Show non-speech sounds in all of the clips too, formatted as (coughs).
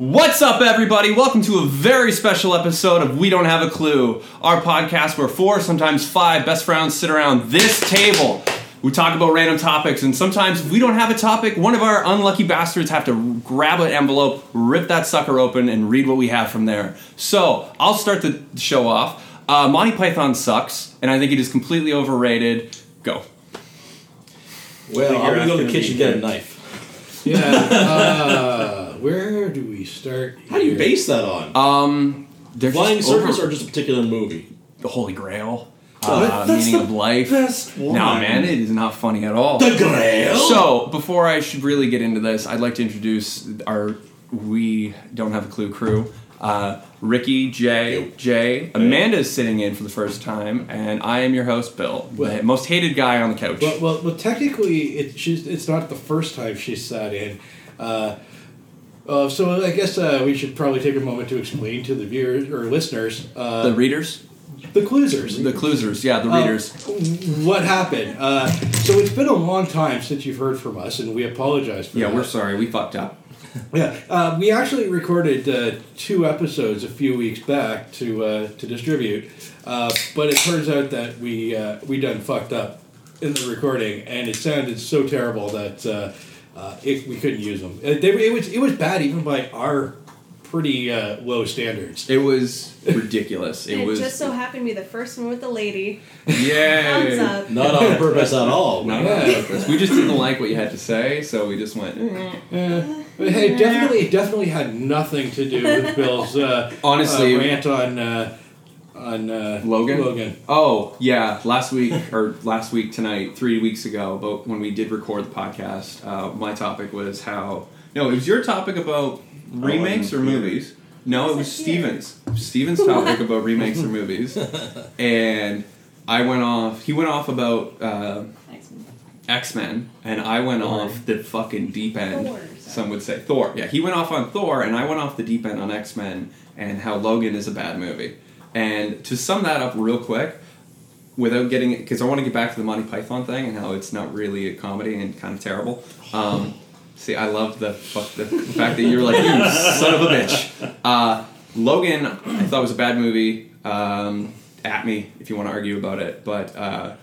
What's up, everybody? Welcome to a very special episode of We Don't Have a Clue, our podcast where four, sometimes five best friends sit around this table. We talk about random topics, and sometimes if we don't have a topic, one of our unlucky bastards have to grab an envelope, rip that sucker open, and read what we have from there. So I'll start the show off. Uh, Monty Python sucks, and I think it is completely overrated. Go. Well, I'm you're gonna go to the after me kitchen get a here. knife. Yeah. (laughs) Uh, where do we start? How do you here? base that on? Um, they're Flying just circus over- or just a particular movie? the Holy Grail, What? uh, That's meaning the of life. best one. No, man, it is not funny at all. Grail. (gasps) So, before I should really get into this, I'd like to introduce our We Don't Have a Clue crew. Uh, Ricky, Jay, Yo. Jay, Amanda is sitting in for the first time, and I am your host, Bill, the Well- most hated guy on the couch. Well, well, well technically, it, she's, it's not the first time she sat in. Uh, uh, so I guess uh, we should probably take a moment to explain to the viewers or listeners, uh, the readers? the, Cluesers, The Cluesers, yeah, the Uh, readers. what happened. Uh, so it's been a long time since you've heard from us, and we apologize for Yeah, that. we're sorry, we fucked up. Yeah, uh, we actually recorded uh, two episodes a few weeks back to uh, to distribute, uh, but it turns out that we uh, we done fucked up in the recording, and it sounded so terrible that uh, uh, it, we couldn't use them. It, they, it was it was bad even by our pretty uh, low standards. It was ridiculous. It and was. it just so happened to be the first one with the lady. (laughs) Thumbs Yay! up. Not on purpose (laughs) at all. Not on purpose. We just didn't like what you had to say, so we just went. eh. Mm-hmm. Uh, but hey, definitely it definitely had nothing to do with Bill's uh, Honestly- uh, rant on uh, on uh, Logan? Logan. Oh yeah, last week or last week tonight, three weeks ago, but when we did record the podcast, uh, my topic was how no, it was your topic about remakes or I'm here. movies. No, it was Yes, I did. Steven's. Steven's topic about remakes or movies, and I went off. He went off about uh, X Men, and I went off the fucking deep end. Thor. Some would say Thor. Yeah, he went off on Thor, and I went off the deep end on X Men and how Logan is a bad movie. And to sum that up real quick, without getting it, because I want to get back to the Monty Python thing and how it's not really a comedy and kind of terrible. Um, see, I love the fuck the fact that you're like you son of a bitch. Uh, Logan, I thought was a bad movie. Um, at me if you want to argue about it, but uh,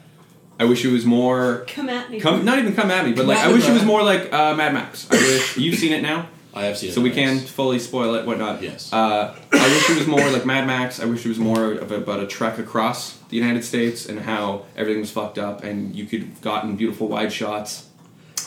I wish it was more Come at me. Come, not even come at me, but Come like at I me, wish it bro. was more like uh, Mad Max. I (laughs) wish you've seen it now, I have seen it. so we twice. can fully spoil it, whatnot. Yes. Uh, I wish it was more like Mad Max. I wish it was more of a, about a trek across the United States and how everything was fucked up, and you could have gotten beautiful wide shots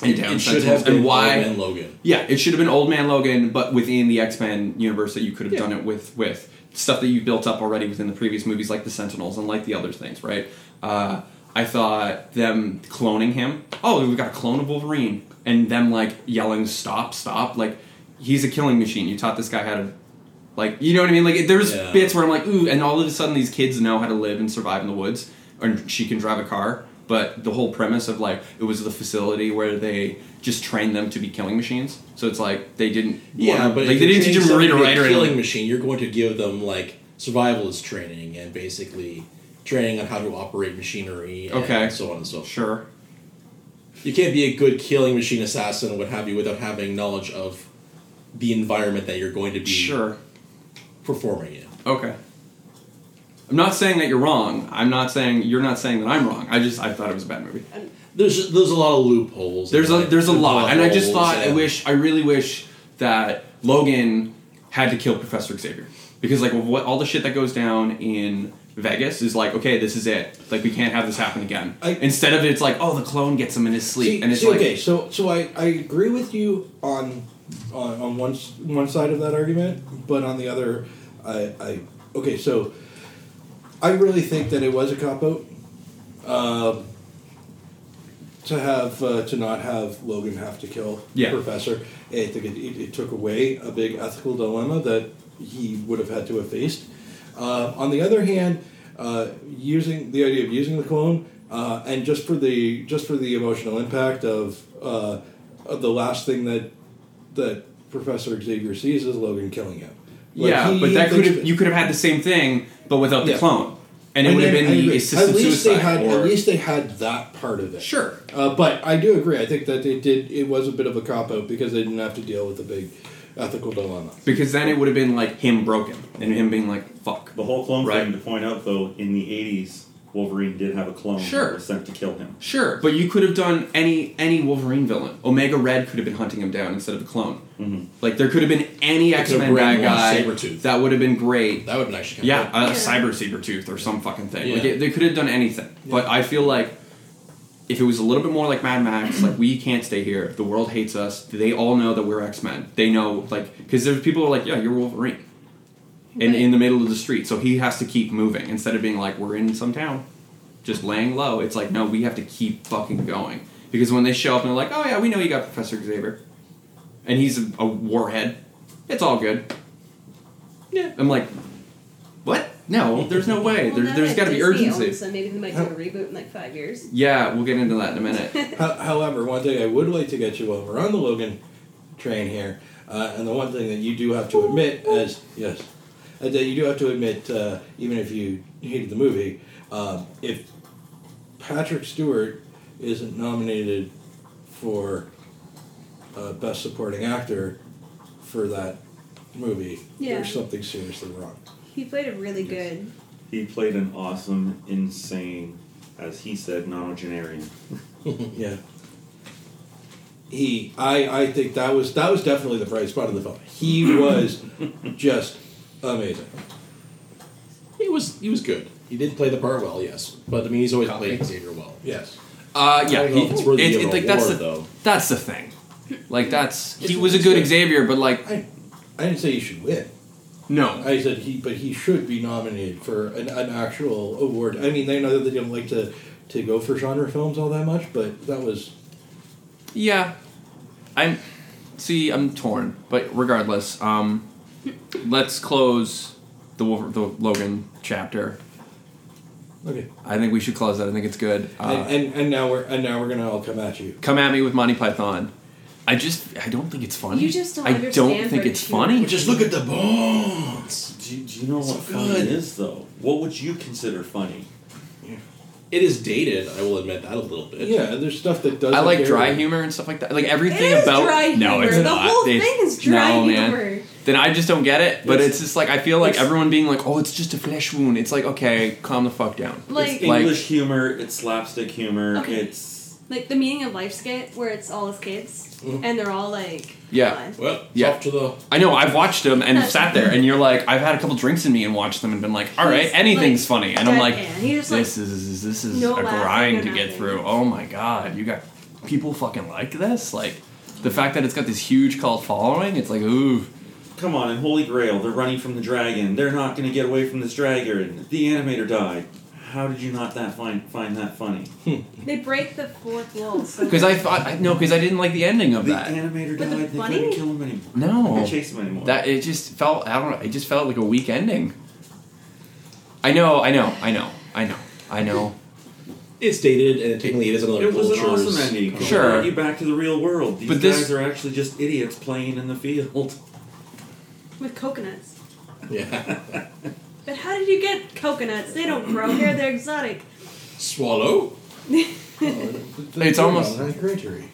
and It, down it should sentinels, have been and why. Old Man Logan. Yeah, it should have been Old Man Logan, but within the X Men universe that you could have done it with with stuff that you built up already within the previous movies, like the Sentinels and like the other things, right? Uh, I thought them cloning him. Oh, we got a clone of Wolverine, and them like yelling "Stop! Stop!" Like he's a killing machine. You taught this guy how to. Like you know what I mean? Like there's Yeah. bits where I'm like, ooh, and all of a sudden these kids know how to live and survive in the woods, and she can drive a car. But the whole premise of like it was the facility where they just trained them to be killing machines. So it's like they didn't. Yeah, want- but like if they you didn't teach change them to read or something write to a or killing anything. machine. You're going to give them like survivalist training and basically training on how to operate machinery. And Okay. So on and so forth. Sure. You can't be a good killing machine assassin, what have you, without having knowledge of the environment that you're going to be Sure. performing in. Okay. I'm not saying that you're wrong. I'm not saying you're not saying that I'm wrong. I just I thought it was a bad movie. There's there's a lot of loopholes. There's a and there's a lot, and I just loopholes thought I and- wish I really wish that Logan had to kill Professor Xavier because like what all the shit that goes down in Vegas is like okay this is it like we can't have this happen again. I- Instead of it's like oh the clone gets him in his sleep See- and it's see, like okay, so so I, I agree with you on on, on one s- one side of that argument, but on the other, I, I okay, so I really think that it was a cop out um, to have uh, to not have Logan have to kill Yeah. Professor. I think it, it, it took away a big ethical dilemma that he would have had to have faced. Uh, on the other hand, uh, using the idea of using the clone uh, and just for the just for the emotional impact of, uh, of the last thing that that Professor Xavier sees is Logan killing him. Like, yeah he but that could thinks have you could have had the same thing but without the Yeah. clone and it would have then- been I the agree. assisted at least suicide They had, or at least they had that part of it. sure Uh, but I do agree. I think that they did. It was a bit of a cop out because they didn't have to deal with the big ethical dilemma. Because then it would have been like him broken and him being like, fuck. The whole clone Right. thing to point out though, in the '80s, Wolverine did have a clone Sure. that was sent to kill him. Sure, but you could have done any any Wolverine villain. Omega Red could have been hunting him down instead of a clone. Mhm. Like there could have been any Mm-hmm. They could X have Men bad brainwashed guy Sabretooth. that would have been great. That would have been actually kind Yeah, of a Yeah. cyber saber tooth or some fucking thing. Like Yeah. it, they could have done anything. But I feel like if it was a little bit more like Mad Max, like we can't stay here. The world hates us. They all know that we're X Men. They know like because there's people who are like, yeah, you're Wolverine, and Right. in the middle of the street. So he has to keep moving instead of being like, we're in some town, just laying low. It's like no, we have to keep fucking going because when they show up and they're like, oh yeah, we know you got Professor Xavier, and he's a, a warhead. It's all good. Yeah, I'm like, what? No, there's no way. Well, there, now there's that got to be Disney urgency. owns them, maybe they might do a reboot in like five years. Yeah, we'll get into that in a minute. Ho- However, one thing I would like to get you while we're on the Logan train here, uh, and the one thing that you do have to admit as yes, uh, that you do have to admit, uh, even if you hated the movie, um, if Patrick Stewart isn't nominated for uh, best supporting actor for that movie, Yeah. there's something seriously wrong. He played a really Yes. good. He played an awesome, insane, as he said, nonagenarian. Yeah. He, I, I think that was that was definitely the bright spot of the film. (laughs) He was just amazing. He was he was good. He did play the part well, yes. But I mean, he's always played Xavier well. Yes. Uh, I yeah, don't know he, if it's worthy it- of it- an like, that's award, the though. that's the thing. Like that's he It's- was a it's good good. Xavier, but like I, I didn't say he should win. no, I said he, but he should be nominated for an, an actual award. I mean, I know that they don't like to to go for genre films all that much, but that was yeah. I'm see, I'm torn, but regardless, um, let's close the Wolver- the Logan chapter. okay. I think we should close that. I think it's good. Uh, and, and and now we're and now we're gonna all come at you. come at me with Monty Python. I just I don't think it's funny. You just don't I don't understand think her it's humor. funny. Just look at the bones. Do, you- do you know So what funny good. is though? What would you consider funny? It is dated. I will admit that a little bit. Yeah, there's stuff that doesn't. I like carry. dry humor and stuff like that. Like everything It is about dry no, humor. it's The not. whole It's- thing is dry no, man. humor. Then I just don't get it. But It's- it's, just like I feel like it's- everyone being like, "Oh, it's just a flesh wound." It's like, okay, calm the fuck down. Like, it's Like- English humor. It's slapstick humor. Okay. It's like the meaning of life skit where it's all his kids and they're all like Mm-hmm. Yeah. fun. Well, it's Yeah. off to the I know I've watched them and sat there, and you're like, I've had a couple drinks in me and watched them and been like, "All right, He's, anything's like, funny," and I'm like, deadpan. He's just, like, "This is this is a no laugh, grind no to get nothing. through." Oh my god, you got people fucking like this. Like the fact that it's got this huge cult following, it's like, ooh. come on and Holy Grail. They're running from the dragon. They're not going to get away from this dragon. The animator died. How did you not that find find that funny? They break the fourth wall. So Because I thought I- no, because I didn't like the ending of The that. animator But the died. They funny- couldn't kill him anymore. They No, couldn't chase him anymore. that it just felt. I don't know. It just felt like a weak ending. I know. I know. I know. I know. I know. it's dated and technically it is another it was an culture's- awesome ending. It Sure. brought you back to the real world. These But guys this- are actually just idiots playing in the field. (laughs) with coconuts. (laughs) Yeah. But how did you get coconuts? They don't grow here. They're exotic. Swallow. It's almost- ninth gradery.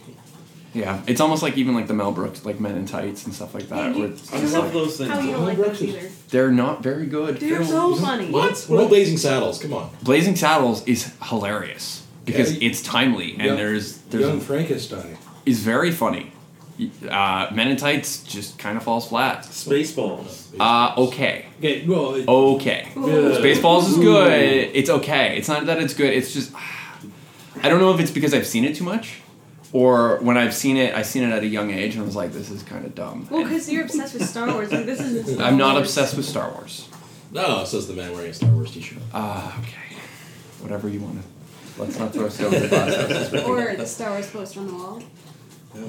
Yeah, it's almost like even like the Mel Brooks like Men in Tights and stuff like that. And you- where it's I you just know love like, those How you things. don't like those either? they're not very good. They're so funny. What? We're all blazing saddles. Come on. Blazing Saddles is hilarious because Yeah. it's timely and Young- there's there's Young Frankenstein. is very funny. Uh, Men in Tights just kind of falls flat. Spaceballs. Uh, okay, Okay, well, it- okay. Ooh. Spaceballs is good. It's okay. It's not that it's good. It's just (sighs) I don't know if it's because I've seen it too much, or when I've seen it, I seen it at a young age and I was like, this is kind of dumb. Well, And because you're obsessed with Star Wars. Like this (laughs) is. Star I'm not Wars. obsessed with Star Wars. No, says the man wearing a Star Wars t-shirt. Ah, okay. Whatever you want to. Let's not throw stones at us. Or the Star Wars poster on the wall. Yeah.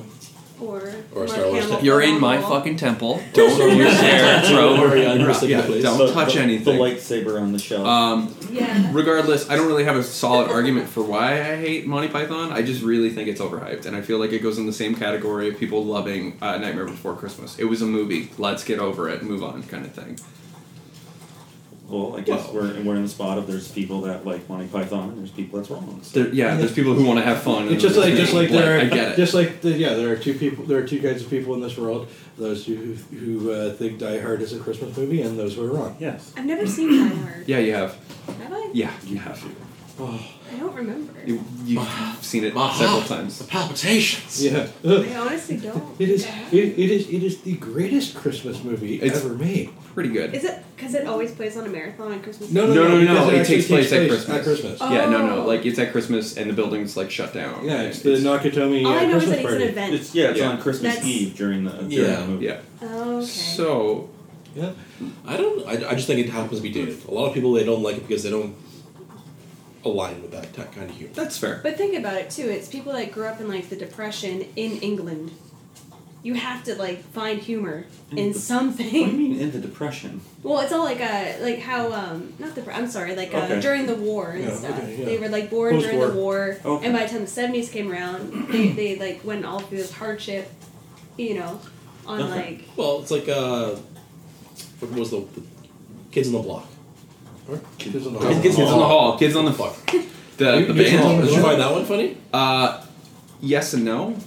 Or Or. a Mark Star Wars Hamill t- You're on in the my wall. fucking temple. Don't (laughs) you dare throw. Very unreceptive yeah, place. Don't touch the, anything. The lightsaber on the shelf. Um, (laughs) Yeah. regardless, I don't really have a solid argument for why I hate Monty Python. I just really think it's overhyped, and I feel like it goes in the same category of people loving uh, Nightmare Before Christmas. It was a movie. Let's get over it, move on, kind of thing. well, I guess Well- we're we're in the spot of there's people that like Monty Python and there's people that's wrong. So There, yeah, there's people who want to have fun. and It's just there's like just people like who there are, I get it. just like the, yeah there are two people there are two kinds of people in this world those who who uh, think Die Hard is a Christmas movie and those who are wrong. yes, I've never seen Die Hard. yeah, you have. Have I? Yeah, you have. I don't remember. You, you've seen (sighs) it several times. Ah, palpitations. Yeah, (laughs) I honestly don't. it is Die Hard? it, it is it is the greatest Christmas movie It's- ever made. Pretty good. Is it because it always plays on a marathon on Christmas? No, no, Eve? No, no, no, because it actually takes place at Christmas. At Christmas. Oh. Yeah, no, no. Like it's at Christmas and the building's like shut down. Yeah, it's And the Nakatomi All uh, I know Christmas is that it's an party. event. it's yeah, it's Yeah. on Christmas That's- Eve during the during Yeah. the movie. yeah. oh, okay. So yeah. I don't. I, I just think it happens to be dated. A lot of people they don't like it because they don't align with that, that kind of humor. that's fair. but think about it too. It's people that grew up in like the Depression in England. You have to like find humor in What do you something. mean in the depression? Well, it's all like a like how um not the I'm sorry like uh, Okay. during the war and Yeah, stuff. okay, yeah. They were like born during the war, Okay. and by the time the seventies came around, they, they like went all through this hardship, you know, on Okay. like Well, it's like uh, what was the, the kids on the block? Or Kids on the Kids- Hall. Kids on the hall. Kids on the Fuck. The, the You- you band. saw Did you find that one funny? Uh, yes and no.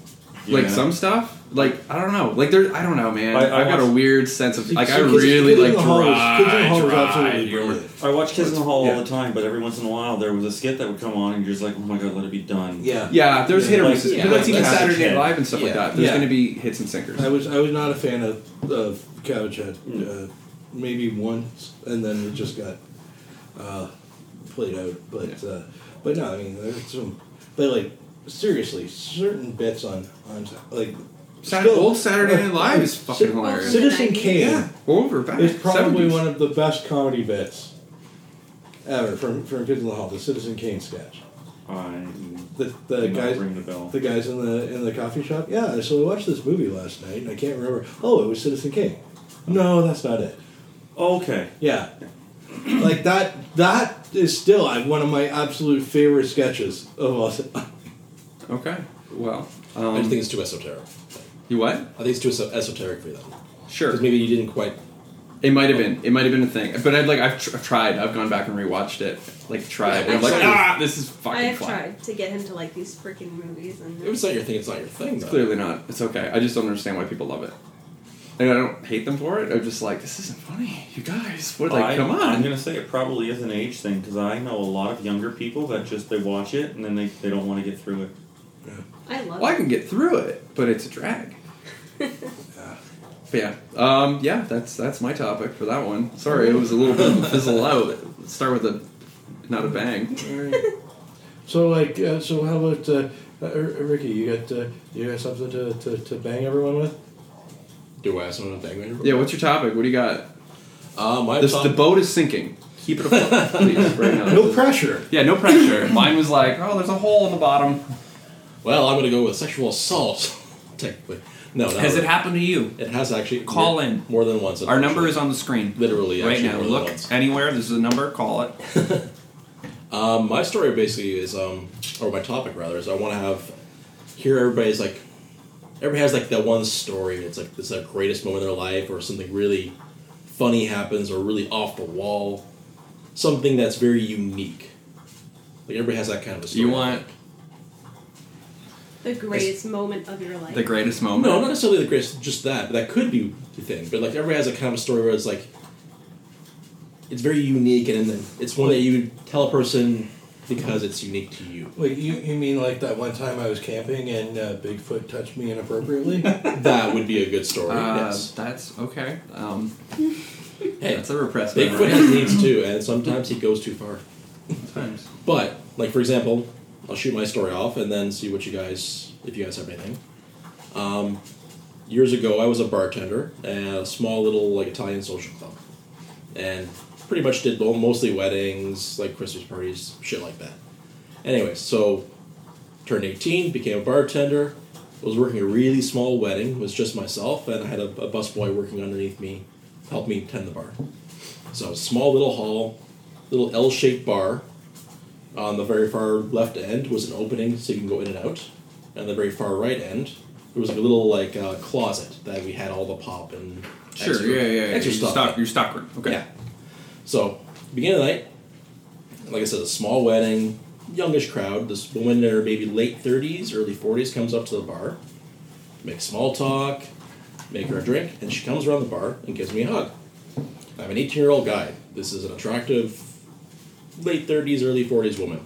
Like Yeah. some stuff. Like I don't know. Like there. I don't know, man. I- I, I got a watched- weird sense of like I Kids- really Kids in like the Hall was- Kids in the dry, Hall was dry absolutely humor. brilliant. I watch Kids in the Hall Yeah. all the time, but every once in a while there was a skit that would come on, and you're just like, oh my god, let it be done. Yeah. Yeah, there's hit or Like- misses. yeah, but that's like even Cabbage Saturday Night Head. Live and stuff like Yeah. that. There's Yeah. going to be hits and sinkers. I was I was not a fan of of Cabbage Head. Hmm. Uh, maybe once, and then it just got uh, played out. But uh, but no, I mean there's some. But like seriously, certain bits on on like Sat- still- old Saturday Night Live is Ci- fucking hilarious. Citizen Kane yeah, over back. is probably 70s. one of the best comedy bits ever from from Kids in the Hall. The Citizen Kane sketch. I The the not guys ring the bell. the guys in the in the coffee shop. Yeah, so I watched this movie last night, and I can't remember. Oh, it was Citizen Kane. No, that's not it. okay, Yeah, like that. That is still like, one of my absolute favorite sketches of all. time. (laughs) Okay. Well, I just think um, it's too esoteric. you what? I think it's too eso- esoteric for them. Sure. Because maybe you didn't quite. It might have been. It might have been a thing. But I've like I've, tr- I've tried. I've gone back and rewatched it. Like tried. Yeah, I'm like I've tried. ah, this is fucking. I have flat." tried to get him to like these freaking movies and If it's not your thing, it's not your thing. It's though. clearly not. It's okay. I just don't understand why people love it. And I don't hate them for it. I'm just like this isn't funny. You guys, what? Like I, come I'm on. gonna say it probably is an age thing because I know a lot of younger people that just they watch it and then they, they don't want to get through it. I love Well, I it. can get through it, but it's a (laughs) drag. But yeah. Um, yeah. That's that's my topic for that one. Sorry, it was a little bit of a fizzle out. Start with a not a bang. so like, uh, so how about uh, uh, R- Ricky? You got uh, you got something to, to, to bang everyone with? Do I have someone to bang Yeah. What's your topic? What do you got? Uh, my The, top- the boat is sinking. Keep it (laughs) afloat, please, right now. No pressure. Yeah, no pressure. Mine was like, oh, there's a hole in the bottom. Well, I'm gonna go with sexual assault. (laughs) Technically, no. Not Has it really. happened to you? It has actually. Call more- in. more than once. Our number is on the screen. Literally, right actually, now. more than Look once. anywhere. This is a number. Call it. Um, my story basically is, um, or my topic rather, is I want to have hear everybody's like, everybody has like that one story. It's like it's the greatest moment of their life, or something really funny happens, or really off the wall, something that's very unique. Like everybody has that kind of a story. You want the greatest moment of your life. the greatest moment? No, not necessarily the greatest. Just that. That could be the thing. But like everybody has a kind of story where it's like, it's very unique, and then it's one that you tell a person because it's unique to you. Like you, you mean like that one time I was camping and uh, Bigfoot touched me inappropriately? That would be a good story. Uh, yes. That's okay. Um, Hey, that's a repressed Bigfoot memory. has needs too, (laughs) and sometimes he goes too far. Sometimes. But like for example, I'll shoot my story off and then see what you guys if you guys have anything. Um, years ago, I was a bartender at a small little like Italian social club, and pretty much did mo- mostly weddings, like Christmas parties, shit like that. Anyway, so turned 18, became a bartender. Was working a really small wedding. Was just myself, and I had a, a busboy working underneath me, help me tend the bar. So small little hall, little L-shaped bar. On the very far left end was an opening so you can go in and out. And the very far right end, there was like a little like uh, closet that we had all the pop and Sure, extra- yeah, yeah, yeah. extra Your stuff. Stock, your stock room. Okay. Yeah. So beginning of the night, like I said, a small wedding, youngish crowd. This woman in her maybe late 30s, early 40s comes up to the bar, make small talk, make her a drink, and she comes around the bar and gives me a hug. I'm an 18 year old guy. This is an attractive late 30s, early 40s woman.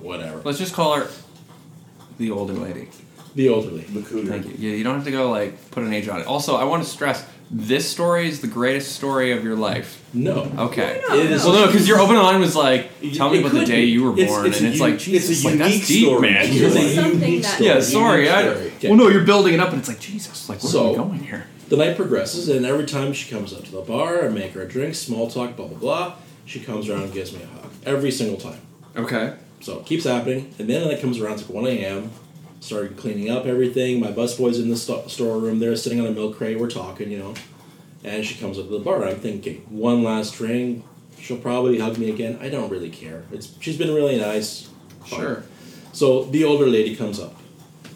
Whatever. Let's just call her the older lady. The elderly. The cooter. Thank you. Yeah, you don't have to go like put an age on it. Also, I want to stress this story is the greatest story of your life. No. Okay. No, no, It is- Well, no, because your open line was like, tell me It about the could day be. you were born, It's- it's and a it's u- like, it's It's a like, unique that's deep, story. (laughs) man. It's a Something unique that- story. yeah, unique sorry. I, story. Okay. Well, no, you're building it up, and it's like Jesus, like where are So- we going here? The night progresses, and every time she comes up to the bar, I make her a drink, small talk, blah blah blah. She comes around and gives me a hug every single time. Okay. So it keeps happening, and then it comes around it's like 1 a.m. Started cleaning up everything. My busboy's in the sto- storeroom. They're sitting on a milk crate. We're talking, you know. And she comes up to the bar. I'm thinking, one last drink. She'll probably hug me again. I don't really care. It's she's been really nice. Fine. Sure. So the older lady comes up,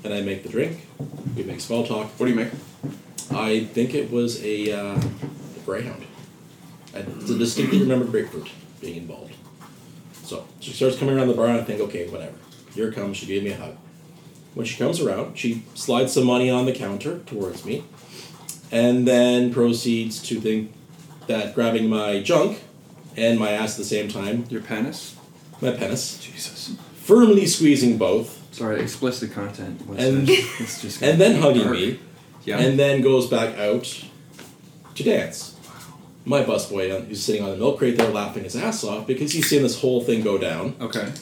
and I make the drink. We make small talk. What do you make? I think it was a uh, greyhound. I distinctly remember grapefruit being involved. So she starts coming around the bar, and I think, okay, whatever. Here comes. She gave me a hug. When she comes around, she slides some money on the counter towards me, and then proceeds to think that grabbing my junk and my ass at the same time, Your penis? my penis, Jesus. firmly squeezing both, Sorry, explicit content. What's And- this? It's just (laughs) and then gonna be hugging dark. me. Yeah. and then goes back out to dance. My busboy, who's sitting on the milk crate there laughing his ass off because he's seen this whole thing go down. okay.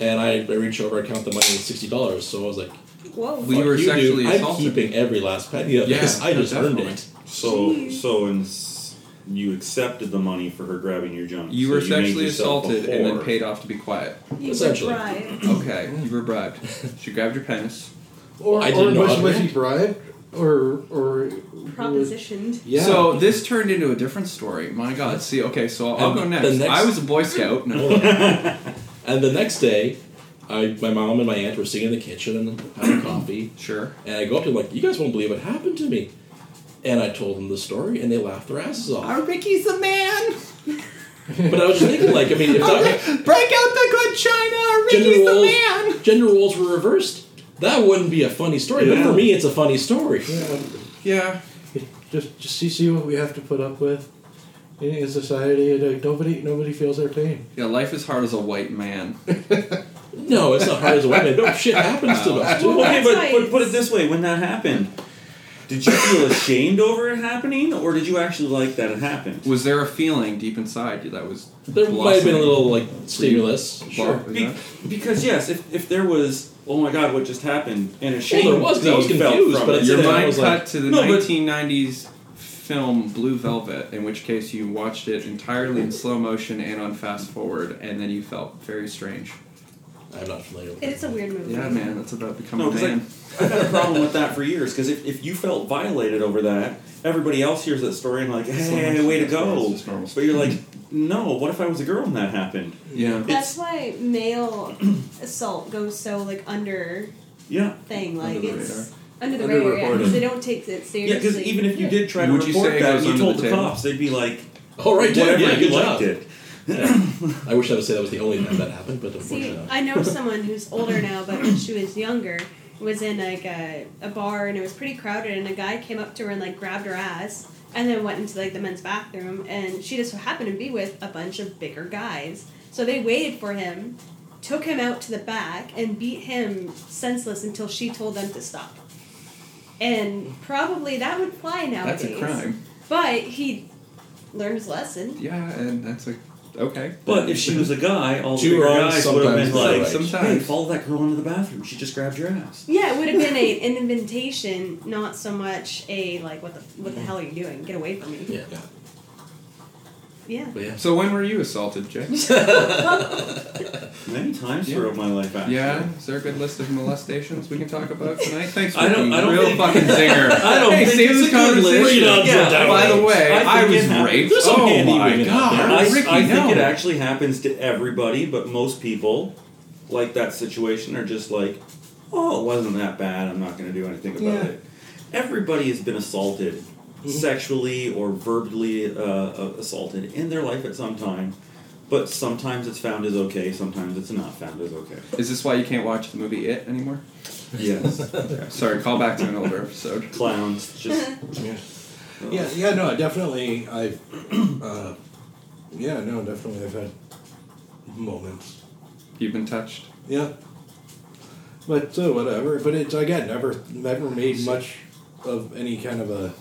And I, I reach over, I count the money, it's sixty dollars. So I was like, Whoa. We "Fuck were you, dude. sexually I'm assaulted." keeping every last penny of Yeah, this. (laughs) I no, just earned definitely. it. So, Jeez. so and s- you accepted the money for her grabbing your junk. You so were made sexually yourself a assaulted and then whore. paid off to be quiet. you were essentially. right. (laughs) Okay, you were bribed. She grabbed your penis. Or, I didn't or know was, how was to he bribed? Or or Propositioned. Yeah. So this turned into a different story. My God. See, okay, so I'll And go the next. next- I was a Boy Scout. No. (laughs) Hold on. and the next day, I, my mom and my aunt were sitting in the kitchen and having coffee. sure. And I go up to them like, "You guys won't believe what happened to me." And I told them the story, and they laughed their asses off. Ricky's the man. But I was just thinking, like, I mean, if (laughs) Oh, that, Break out the good china. gender roles, gender roles were reversed, that wouldn't be a funny story. But for Yeah. me, it's a funny story. Yeah, Yeah. (laughs) just just see, see what we have to put up with in, in society. Like, nobody nobody feels their pain. Yeah. Life is hard as a white man. No, it's not hard as a woman. No shit happens to us. Well, too. okay, That's but, why but put it this way: when that happened, did you feel ashamed over it happening, or did you actually like that it happened? Was there a feeling deep inside you that was? There might have been blossoming? a little like stimulus. Sure. Sure. Be- because yes, if, if there was, oh my god, what just happened, and Well, ashamed, there was. 'cause I was that you felt confused, from but it. it's Your in there, I mind was cut like, to the No, but- 1990s film Blue Velvet, in which case you watched it entirely in slow motion and on fast forward, and then you felt very strange. I'm not familiar with It's that. a weird movie. Yeah, man, that's about becoming No, a 'cause man. I've had a problem with that for years. Because if, if you felt violated over that, everybody else hears that story and like, hey, way to It's go. just normal. But you're like, no. What if I was a girl and that happened? yeah. That's why male assault goes so like under Yeah. thing. Like Under the it's under the Underreported. radar yeah, 'cause they don't take it seriously. Yeah, because even if you did try to Would you report say it that, goes and you under told the the, table? cops, they'd be like, All Oh, right, dude. whatever, Yeah, you good liked job. it. Yeah. I wish I would say that was the only time that happened, but See, unfortunately, not. I know someone who's older now, but when she was younger, was in like a, a bar and it was pretty crowded, and a guy came up to her and like grabbed her ass, and then went into like the men's bathroom, and she just so happened to be with a bunch of bigger guys, so they waited for him, took him out to the back, and beat him senseless until she told them to stop. And probably that would fly nowadays. That's a crime. But he learned his lesson. Yeah, and that's a okay. But if she was a guy, all the Two bigger wrongs guys would have sometimes been is like, right. hey, Sometimes. follow that girl into the bathroom. She just grabbed your ass. Yeah, it would have (laughs) been a, an invitation, not so much a like, what the what the Mm. hell are you doing? Get away from me. Yeah. Yeah. But yeah. So when were you assaulted, Jay? Many times Yeah. throughout my life, actually. Yeah, is there a good list of molestations we can talk about tonight? Thanks, I don't- Ricky. (laughs) I don't real think- fucking zinger. I don't hey, think save it's this a good list. conversation. Read up Yeah, the By the downloads. way, I I, think was it happened. raped. There's some oh handy my women out god, there. I, Ricky, I think no. it actually happens to everybody, but most people, like that situation, are just like, oh, it wasn't that bad. I'm not going to do anything about Yeah. it. Everybody has been assaulted Mm-hmm. sexually or verbally uh, uh, assaulted in their life at some time. But sometimes it's found as okay, sometimes it's not found (laughs) as okay. Is this why you can't watch the movie It anymore? Yes. Sorry, call back to an older episode. Clowns, just. Yeah. Yeah, yeah, no, definitely. I've, (clears throat) uh, yeah, no, definitely. I've had moments. You've been touched. Yeah. But so whatever. But it's again never never made much of any kind of a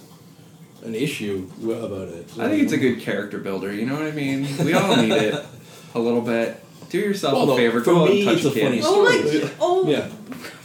an issue w- about it. I think it's a good character builder. You know what I mean? We all need (laughs) it a little bit. Do yourself Well, a no, favor. for Go out me, and touch it's a a kid. funny Oh story. my! Oh, Yeah.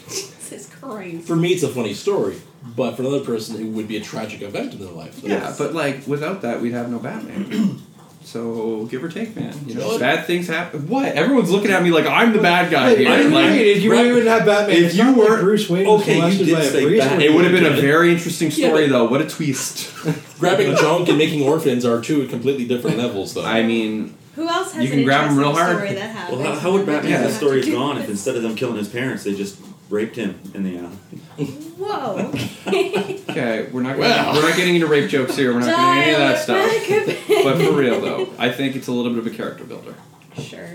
Jesus Christ! For me, it's a funny story, but for another person, it would be a tragic event in their life. Yeah, but like without that, we'd have no (clears throat) Batman. so give or take, man. You know, Sure. bad things happen. What? Everyone's looking at me like I'm the bad guy Hey, here. I mean, like, hey, you Brad- wouldn't have Batman. if It's you not like were- Bruce Wayne was okay, you molested did by a say priest. Batman. it would have been a very interesting Yeah, story, but- though. What a twist! (laughs) grabbing junk and making orphans are two completely different levels, though. I mean, Who else has You can an grab 'em interesting real hard. story that happened? Well, how, how would Yeah. Batman's Have story (laughs) have gone if instead of them killing his parents, they just raped him in the uh, alley? Whoa! Okay. okay, we're not gonna, Well. we're not getting into rape jokes here. (laughs) We're not getting into any of that stuff. stuff. But for real, though, I think it's a little bit of a character builder. sure.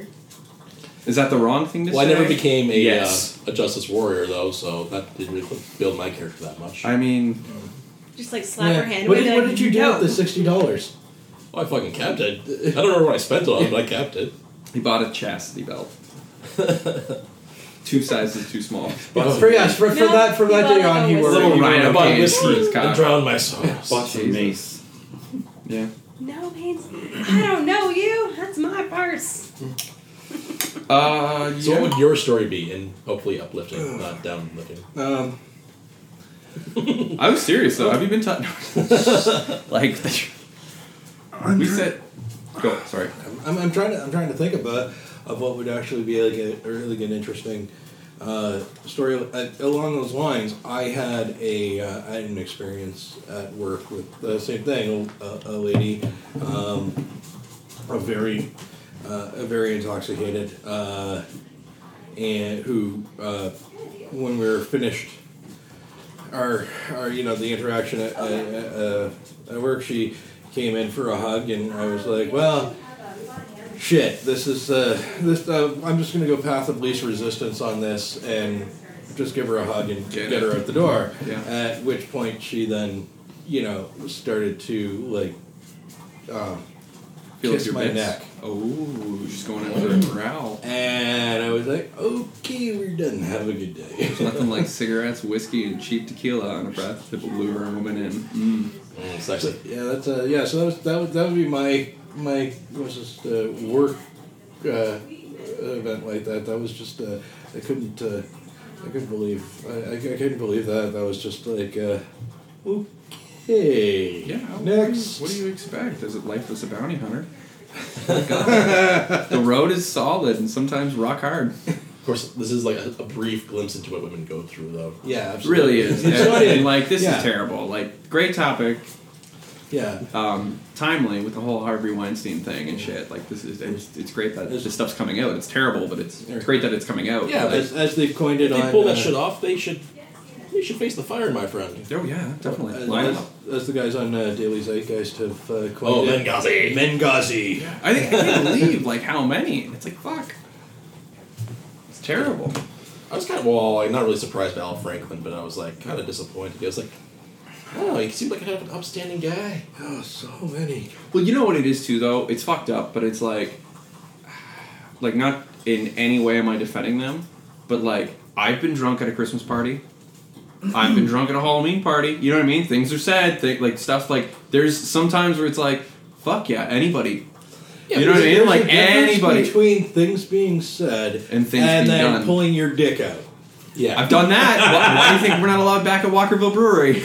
Is that the wrong thing to well, I say? never became a Yes. uh, a justice warrior though, so that didn't really build my character that much. I, I mean, Just like slap her Yeah. hand. What away, did, be what like, did you do no. with the sixty dollars? oh, I fucking kept it. I don't remember what I spent on, it, but I kept it. he bought a chastity (laughs) belt. Two sizes too small. For yes, for, for No, that from you that day gotta on, go he with were Little he were- Rhino. I bought Okay, whiskey it's and cock. drowned my sorrows. Bought some mace. Yeah. No, Haynes. I don't know you. That's my purse. Uh, So, yeah. what would your story be, and hopefully uplifting, not downlifting? Um, I was serious though. Have you been touched? like we said. Go. Sorry. I'm, I'm trying to I'm trying to think about of what would actually be like a, a really good interesting uh, story uh, along those lines. I had a uh, I had an experience at work with the same thing. A, a lady, um, a very uh, a very intoxicated, uh, and who uh, when we were finished our, our you know the interaction at, at, at, at work she came in for a hug and i was like well shit this is uh, this uh, i'm just going to go path of least resistance on this and just give her a hug and Get get, it. her out the door Yeah. at which point she then you know started to like um, Feel kiss your my bits. neck Oh, she's going in for a growl. and i was like okay we're done have a good day (laughs) Nothing like cigarettes, whiskey, and cheap tequila on a breath that will lure a woman in. Mm. Mm, it's actually Yeah, that's uh, yeah. So that was, that would that would be my my what was this uh, work uh, event like that. That was just uh, I couldn't uh, I couldn't believe I, I, I couldn't believe that. That was just like uh, okay. Yeah. what do you- Next. What do you expect? Is it life as a bounty hunter? God. the road is solid and sometimes rock hard. Of course, this is like a, a brief glimpse into what women go through, though. Yeah, It absolutely. really (laughs) is. It's not and (laughs) in- like this yeah, is terrible. Like great topic, Yeah. um, timely with the whole Harvey Weinstein thing and shit. Like this is it's, it's great that this stuff's coming out. It's terrible, but it's, it's great that it's coming out. Yeah, Like, As, as they've coined it If on. they pull that uh, shit off, they should they should face the fire, my friend. oh yeah, definitely. as, Line as, up. as the guys on uh, Daily Zeitgeist have uh, coined Oh, it. Benghazi. Benghazi. I think I can't believe like how many. It's like fuck. It's terrible. I was kind of well, like not really surprised by Al Franklin, but I was like kind of disappointed. I was like, I don't know, he seemed like kind of an upstanding guy. Oh, so many. Well, you know what it is too, though. It's fucked up, but it's like, like not in any way am I defending them, but like I've been drunk at a Christmas party. I've been drunk at a Halloween party. You know what I mean? Things are sad. Th- like stuff like there's sometimes where it's like, fuck yeah, anybody. you know what I mean? There's Like a difference anybody. between things being said And things being then done. pulling your dick out. Yeah, I've done that. why, why do you think we're not allowed back at Walkerville Brewery?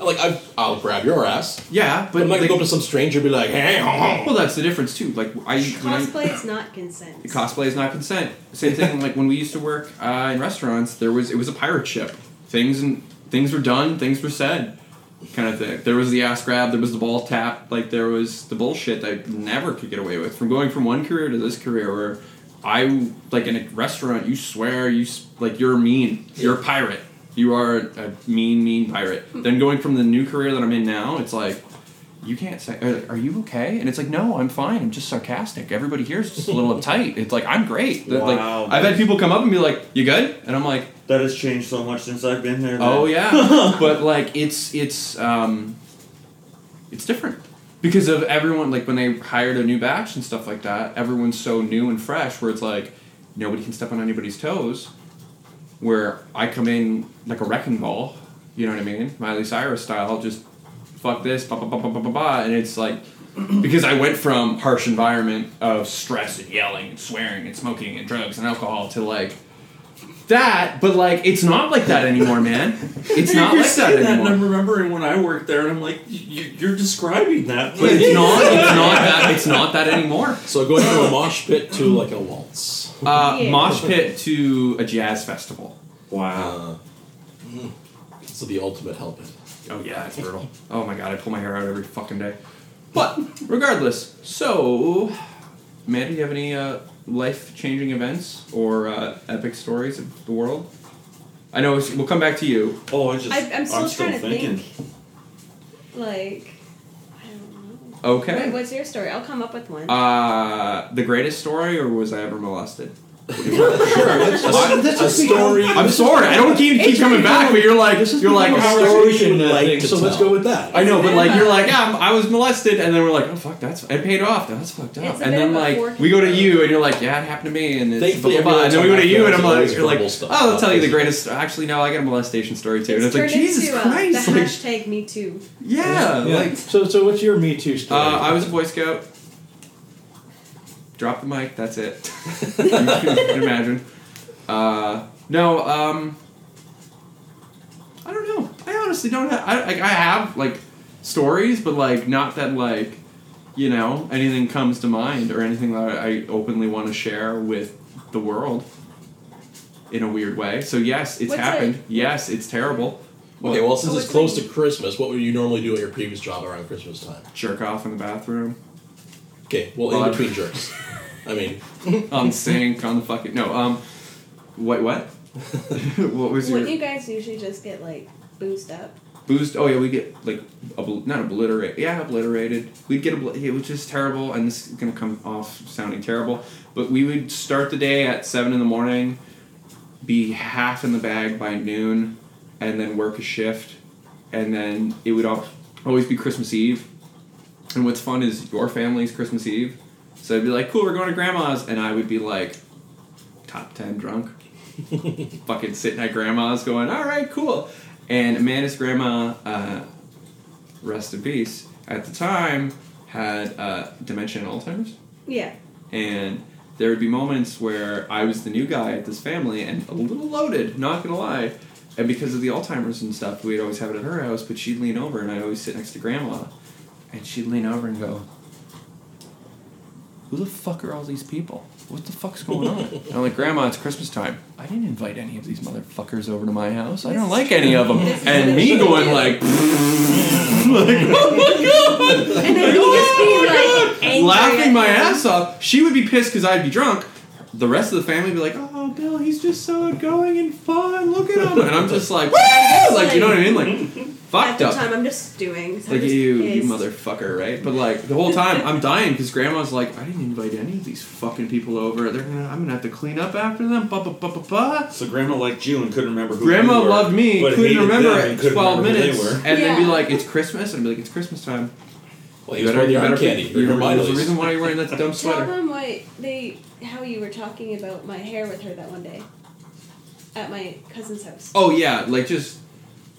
like i I'll grab your ass, yeah, but but I'm not gonna like, go up to some stranger and be like, hey, oh, ho, ho. well, that's the difference too. Like I when I- Cosplay is not consent. cosplay is not consent. Same thing like when we used to work uh, in restaurants. There was it was a pirate ship. Things and things were done. Things were said, kind of thing. There was the ass grab. There was the ball tap. Like there was the bullshit that I never could get away with. From going from one career to this career, where I like in a restaurant, you swear you s- like you're mean. You're a pirate. You are a mean, mean pirate. Then going from the new career that I'm in now, it's like you can't say, are, are you okay? And it's like, no, I'm fine. I'm just sarcastic. Everybody here is just a little uptight. It's like, I'm great. That, like, Wow. I've had people come up and be like, you good? And I'm like, That has changed so much since I've been there. oh (laughs) that- yeah. but like, it's, it's, um, it's different because of everyone, like when they hired a new batch and stuff like that, everyone's so new and fresh where it's like, nobody can step on anybody's toes where I come in like a wrecking ball, you know what I mean? Miley Cyrus style, I'll just fuck this, blah, blah, blah, blah, blah, blah, blah. And it's like, (clears throat) because I went from harsh environment of stress and yelling and swearing and smoking and drugs and alcohol to like that, but like, it's not like that anymore, man. It's not You're like that saying that, and anymore. I'm remembering when I worked there, and I'm like, "You- you're describing that, But it's not, it's not that, it's not that anymore. So going from a mosh pit to like a waltz. Uh, Yeah. Mosh pit to a jazz festival. Wow. Uh, so the ultimate helping. Oh yeah, it's brutal. oh my god, I pull my hair out every fucking day. But regardless, so Amanda, do you have any uh, life-changing events or uh, epic stories of the world? I know it's, we'll come back to you. Oh, I just I, I'm still trying to thinking. think. Like, I don't know. Wait, Okay. what's your story? I'll come up with one. Uh, the greatest story, or was I ever molested? a story. I'm sorry, I don't keep, keep coming back, but you're like you're like a story. you would like to so let's tell. go with that. I know, but like you're like, yeah, I was molested, and then we're like, oh fuck, that's I paid off, that's fucked up, It's a and bit then of a like fork we in go to the road. you, and you're like, yeah, it happened to me, and it's Thankfully, blah, blah, blah. everyone and then we go to tells you, my and I'm like, friends about you're like, incredible stuff. oh, I'll tell you the greatest. Actually, no, I got a molestation story too, and it's like, turned Jesus into, uh, Christ, the like, hashtag Me Too. yeah, Yeah. like, so, so what's your Me Too story? uh, I was a Boy Scout. Drop the mic. That's (laughs) it. you can imagine. Uh, no, um, I don't know. I honestly don't have. I like I have like stories, but like not that like you know anything comes to mind or anything that I openly want to share with the world in a weird way. So yes, it's What's happened. it? Yes, it's terrible. Okay, well, since So it's what's close like- to Christmas, what would you normally do at your previous job around Christmas time? Jerk off in the bathroom. Okay, well, Well, I- in between jerks. I mean, (laughs) on sync on the fucking no um what what (laughs) what was your Wouldn't you guys usually just get like boozed up? boozed oh yeah we get like obl- not obliterated yeah obliterated we'd get obli- it was just terrible and this is gonna come off sounding terrible but we would start the day at seven in the morning be half in the bag by noon and then work a shift and then it would al- always be christmas eve and what's fun is your family's christmas eve so i'd be like cool we're going to grandma's and i would be like top 10 drunk fucking sitting at grandma's going all right cool and amanda's grandma uh, rest in peace at the time had uh, dementia and alzheimer's (laughs) Yeah. and there would be moments where I was the new guy at this family and a little loaded, not gonna lie. And because of the Alzheimer's and stuff, we'd always have it at her house, but she'd lean over and I'd always sit next to grandma. And she'd lean over and go, Who the fuck are all these people? What the fuck's going (laughs) on? and I'm like, Grandma, it's Christmas time. I didn't invite any of these motherfuckers over to my house. I don't like any of them. This is And what me it should going do. like, like, oh my god! And then you just be like angry Oh laughing at my him. ass off. She would be pissed because I'd be drunk. The rest of the family would be like, "Oh, Bill, he's just so outgoing and fun. Look at him!" And I'm just like, "Woo!" like you know what I mean? Like At fucked the up. time, I'm just doing. 'cause I'm like just you, you pissed. motherfucker, right? But like the whole time, I'm dying because Grandma's like, "I didn't invite any of these fucking people over. They're gonna, I'm gonna have to clean up after them." Ba ba ba ba ba. So grandma liked you and couldn't remember who Grandma you were, loved me, but couldn't hated remember them it and in couldn't 12 remember who minutes, They were. and then be Yeah. like, "It's Christmas," and I'd be like, "It's Christmas time." well, you better, you better pick- candy. you You're better- my There's a least. reason why you're wearing that dumb Tell sweater. (laughs) them what they, how you were talking about my hair with her that one day, at my cousin's house. Oh yeah, like just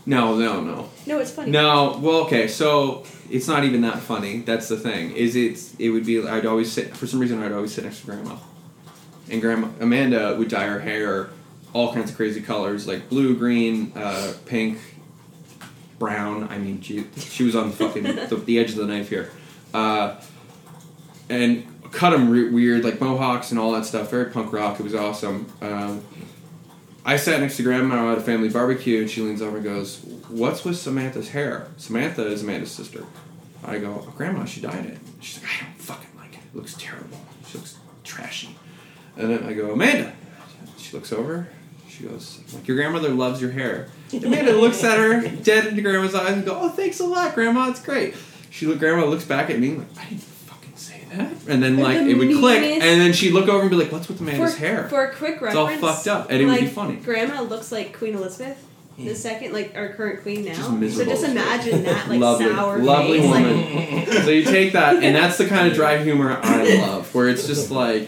no, no, no, No, it's funny. no. Well, okay, so it's not even that funny. That's the thing. Is it? It would be. I'd always sit for some reason. I'd always sit next to grandma, and grandma Amanda would dye her hair all kinds of crazy colors, like blue, green, uh, pink, brown. I mean, she she was on fucking the, the edge of the knife here, uh, and cut them re- weird, like mohawks and all that stuff. Very punk rock. It was awesome. Um, I sat next to grandma at a family barbecue, and she leans over and goes, "What's with Samantha's hair? Samantha is Amanda's sister." I go, "Grandma, she dyed it." She's like, "I don't fucking like it. It looks terrible. She looks trashy." And then I go, "Amanda." She looks over. She goes, "Like your grandmother loves your hair." Amanda looks at her dead into grandma's eyes and go, "Oh, thanks a lot, grandma. It's great." She look, grandma looks back at me like I didn't fucking say that, and then like The it would click, meanest- and then she'd look over and be like, "What's with Amanda's for, hair?" For a quick reference, It's all fucked up, and it would like, be funny. Grandma looks like Queen Elizabeth the second, like our current queen now. Just so miserable. just imagine that, like lovely, sour lovely face, Like, woman. (laughs) so you take that, and that's the kind of dry humor I love, where it's just like,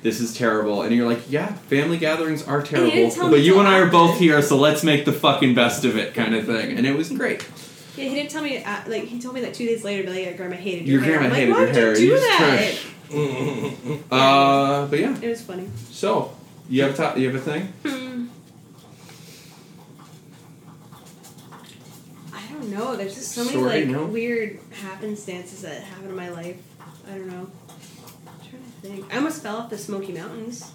this is terrible, and you're like, yeah, family gatherings are didn't terrible, tell but me you till and I are after. both here, so let's make the fucking best of it, kind of thing, and it was great. yeah, he didn't tell me. Uh, like he told me that two days later, but like, yeah, Grandma hated Your your, hair. grandma hated I'm your like, hair. Why'd you do You're just that? trash. Uh, but yeah, It was funny. so you have a top, you have a thing. I don't know. There's just so many Sorry, like no? weird happenstances that happen in my life. I don't know. I'm trying to think. I almost fell off the Smoky Mountains.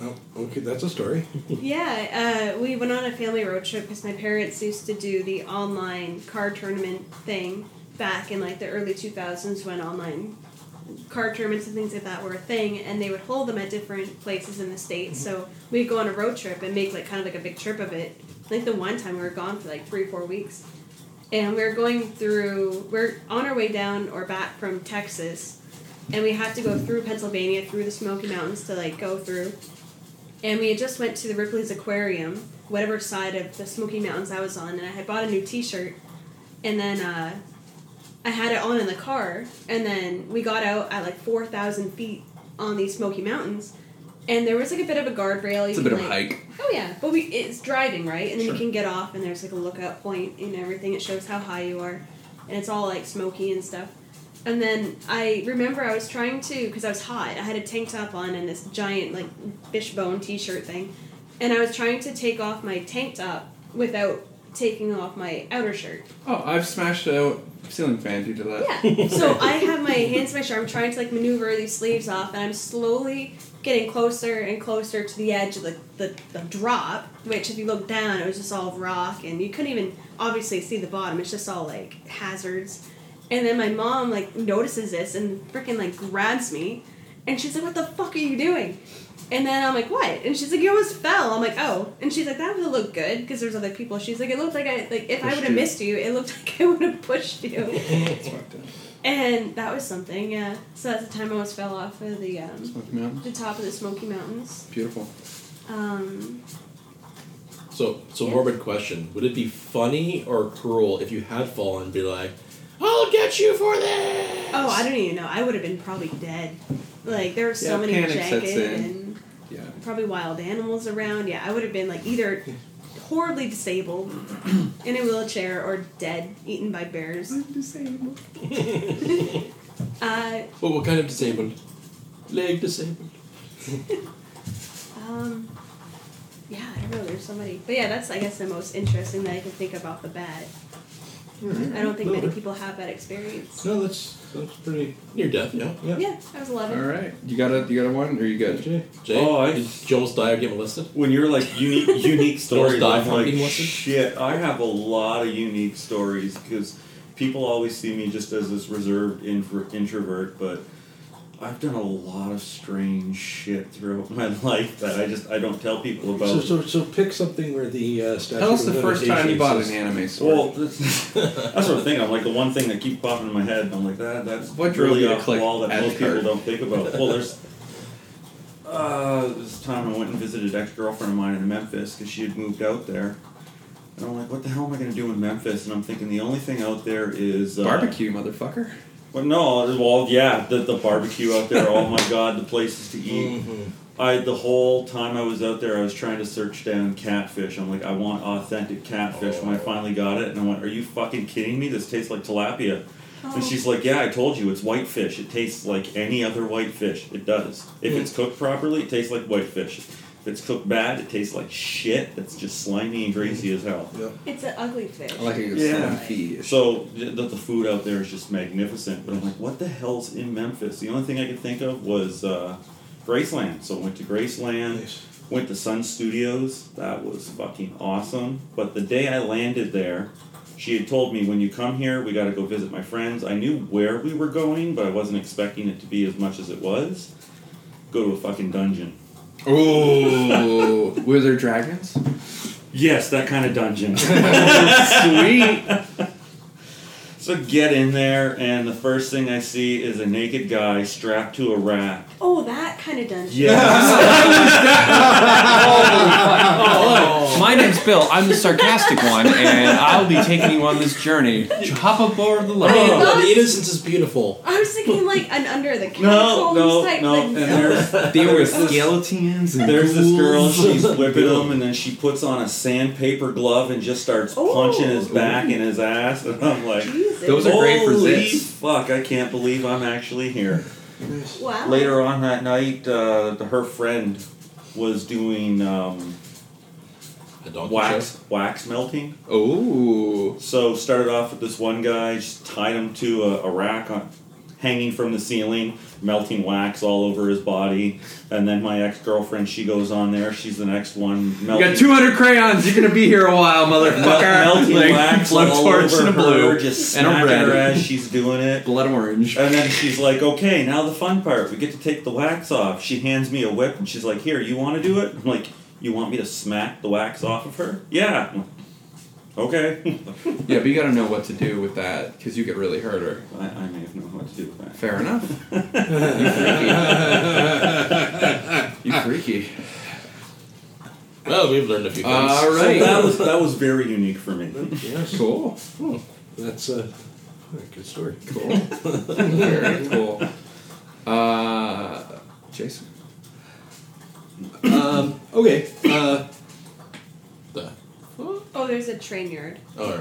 Oh, okay, that's a story. yeah, uh, we went on a family road trip because my parents used to do the online card tournament thing back in like the early 2000s when online card tournaments and things like that were a thing and they would hold them at different places in the state so we'd go on a road trip and make like kind of like a big trip of it like the one time we were gone for like three four weeks and we were going through we're on our way down or back from texas and we had to go through pennsylvania through the smoky mountains to like go through and we had just went to the ripley's aquarium whatever side of the smoky mountains i was on and i had bought a new t-shirt and then uh, i had it on in the car and then we got out at like 4000 feet on these smoky mountains and there was like a bit of a guardrail you It's a can, bit of a like- hike. Oh yeah, but we it's driving right, and then Sure. you can get off, and there's like a lookout point and everything. It shows how high you are, and it's all like smoky and stuff. And then I remember I was trying to because I was hot. I had a tank top on and this giant like fishbone T-shirt thing, and I was trying to take off my tank top without taking off my outer shirt. Oh, I've smashed out ceiling fan due to that. (laughs) Yeah. So I have my hands to my shirt. I'm trying to like maneuver these sleeves off, and I'm slowly getting closer and closer to the edge of the, the, the drop. Which, if you look down, it was just all rock, and you couldn't even obviously see the bottom. It's just all like hazards. And then my mom like notices this and freaking like grabs me, and she's like, "What the fuck are you doing?" And then I'm like, "What?" And she's like, "You almost fell." I'm like, "Oh." And she's like, "That would look good because there's other people." She's like, "It looked like I like if I Pushed would have you. missed you, it looked (laughs) like I would have (laughs) pushed you." It's fucked up. And that was something, yeah. So that's the time I almost fell off of the um, Smoky Mountains, the top of the Smoky Mountains. beautiful. Um, So, so Yeah. morbid question. Would it be funny or cruel if you had fallen and be like, I'll get you for this? oh, I don't even know. I would have been probably dead. Like there were so Yeah, many panic sets jagged in. and Yeah. probably wild animals around. Yeah, I would have been like either horribly disabled in a wheelchair or dead, eaten by bears. Uh, Well, what kind of disabled? Leg disabled. um, yeah, I don't know. There's so many, but yeah, that's I guess the most interesting that I can think of off the bat. Hmm. I don't think many people have that experience. No, that's that's pretty. Near death, yeah. Yeah. Yeah, I was 11. All right, you got a you got a one, or you good? Okay. Jay, Oh, I- did you almost die or get molested? When you're like unique, unique stories, die I'm from like, being molested? shit, I have a lot of unique stories because people always see me just as this reserved intro- introvert, but I've done a lot of strange shit throughout (laughs) my life that I just I don't tell people So, about. so so pick something where the uh, statute Tell us of the first time you limitations bought is- an anime sword. well, (laughs) that's, that's what I'm thinking. I'm like the one thing that keeps popping in my head. and I'm like that. That's What drove really you to off the click wall that add most card? people don't think about. Well, there's uh, this time I went and visited ex girlfriend of mine in Memphis because she had moved out there, and I'm like, what the hell am I gonna do in Memphis? And I'm thinking the only thing out there is uh, Barbecue, motherfucker. Well, no, well, yeah, the, the barbecue out there. oh my God, the places to eat. I the whole time I was out there, I was trying to search down catfish. I'm like, I want authentic catfish. When I finally got it, and I went, Are you fucking kidding me? This tastes like tilapia. And she's like, Yeah, I told you, it's whitefish. It tastes like any other whitefish. It does. If it's cooked properly, it tastes like whitefish. If it's cooked bad, it tastes like shit. That's just slimy and greasy as hell. Yeah. It's an ugly fish. I like a good Yeah. slam fee. So the, the the food out there is just magnificent. But I'm like, what the hell's in Memphis? The only thing I could think of was uh, Graceland. So I went to Graceland, Nice. went to Sun Studios. That was fucking awesome. But the day I landed there, she had told me, when you come here, we got to go visit my friends. I knew where we were going, but I wasn't expecting it to be as much as it was. Go to a fucking dungeon. Oh, were there (laughs) dragons? Yes, that kind of dungeon. Sweet. So get in there, and the first thing I see is a naked guy strapped to a rack. Oh, that kind of dungeon. Hello, my name's Bill. I'm the sarcastic one, and I'll be taking you on this journey. Hop aboard Oh. the Man, log. the innocence is beautiful. I was thinking like an under the No, catacombs no, type. no. Like, And (laughs) there's There were skeletons and there's this girl. ghouls. (laughs) She's whipping him, and then she puts on a sandpaper glove and just starts punching his Ooh. back and his ass. And I'm like, Jesus. Those are great for holy zits. fuck! I can't believe I'm actually here. wow. Later on that night, uh, her friend was doing um, A donkey wax wax melting. Oh, So started off with this one guy, just tied him to a, a rack on, hanging from the ceiling, melting wax all over his body. And then my ex girlfriend, she goes on there. She's the next one you melting. got 200 crayons. You're gonna be here a while, motherfucker. mel- melting Like, (laughs) wax all blowtorch over and a her, (laughs) blue, just and a smacking red. her as she's doing it. blood orange. And then she's like, okay, now the fun part. We get to take the wax off. She hands me a whip and she's like, here, you want to do it? I'm like, you want me to smack the wax off of her? Yeah. I'm like, Okay. (laughs) Yeah, but you gotta know what to do with that because you could really hurt her. I, I may have known what to do with that. Fair enough. you freaky. you freaky. Well, we've learned a few things. All So that right. was that was very unique for me. Yes. Cool. That's a (laughs) good story. Cool. Very cool. Uh, Jason. um, okay. Uh, The- Oh, there's a train yard. all right.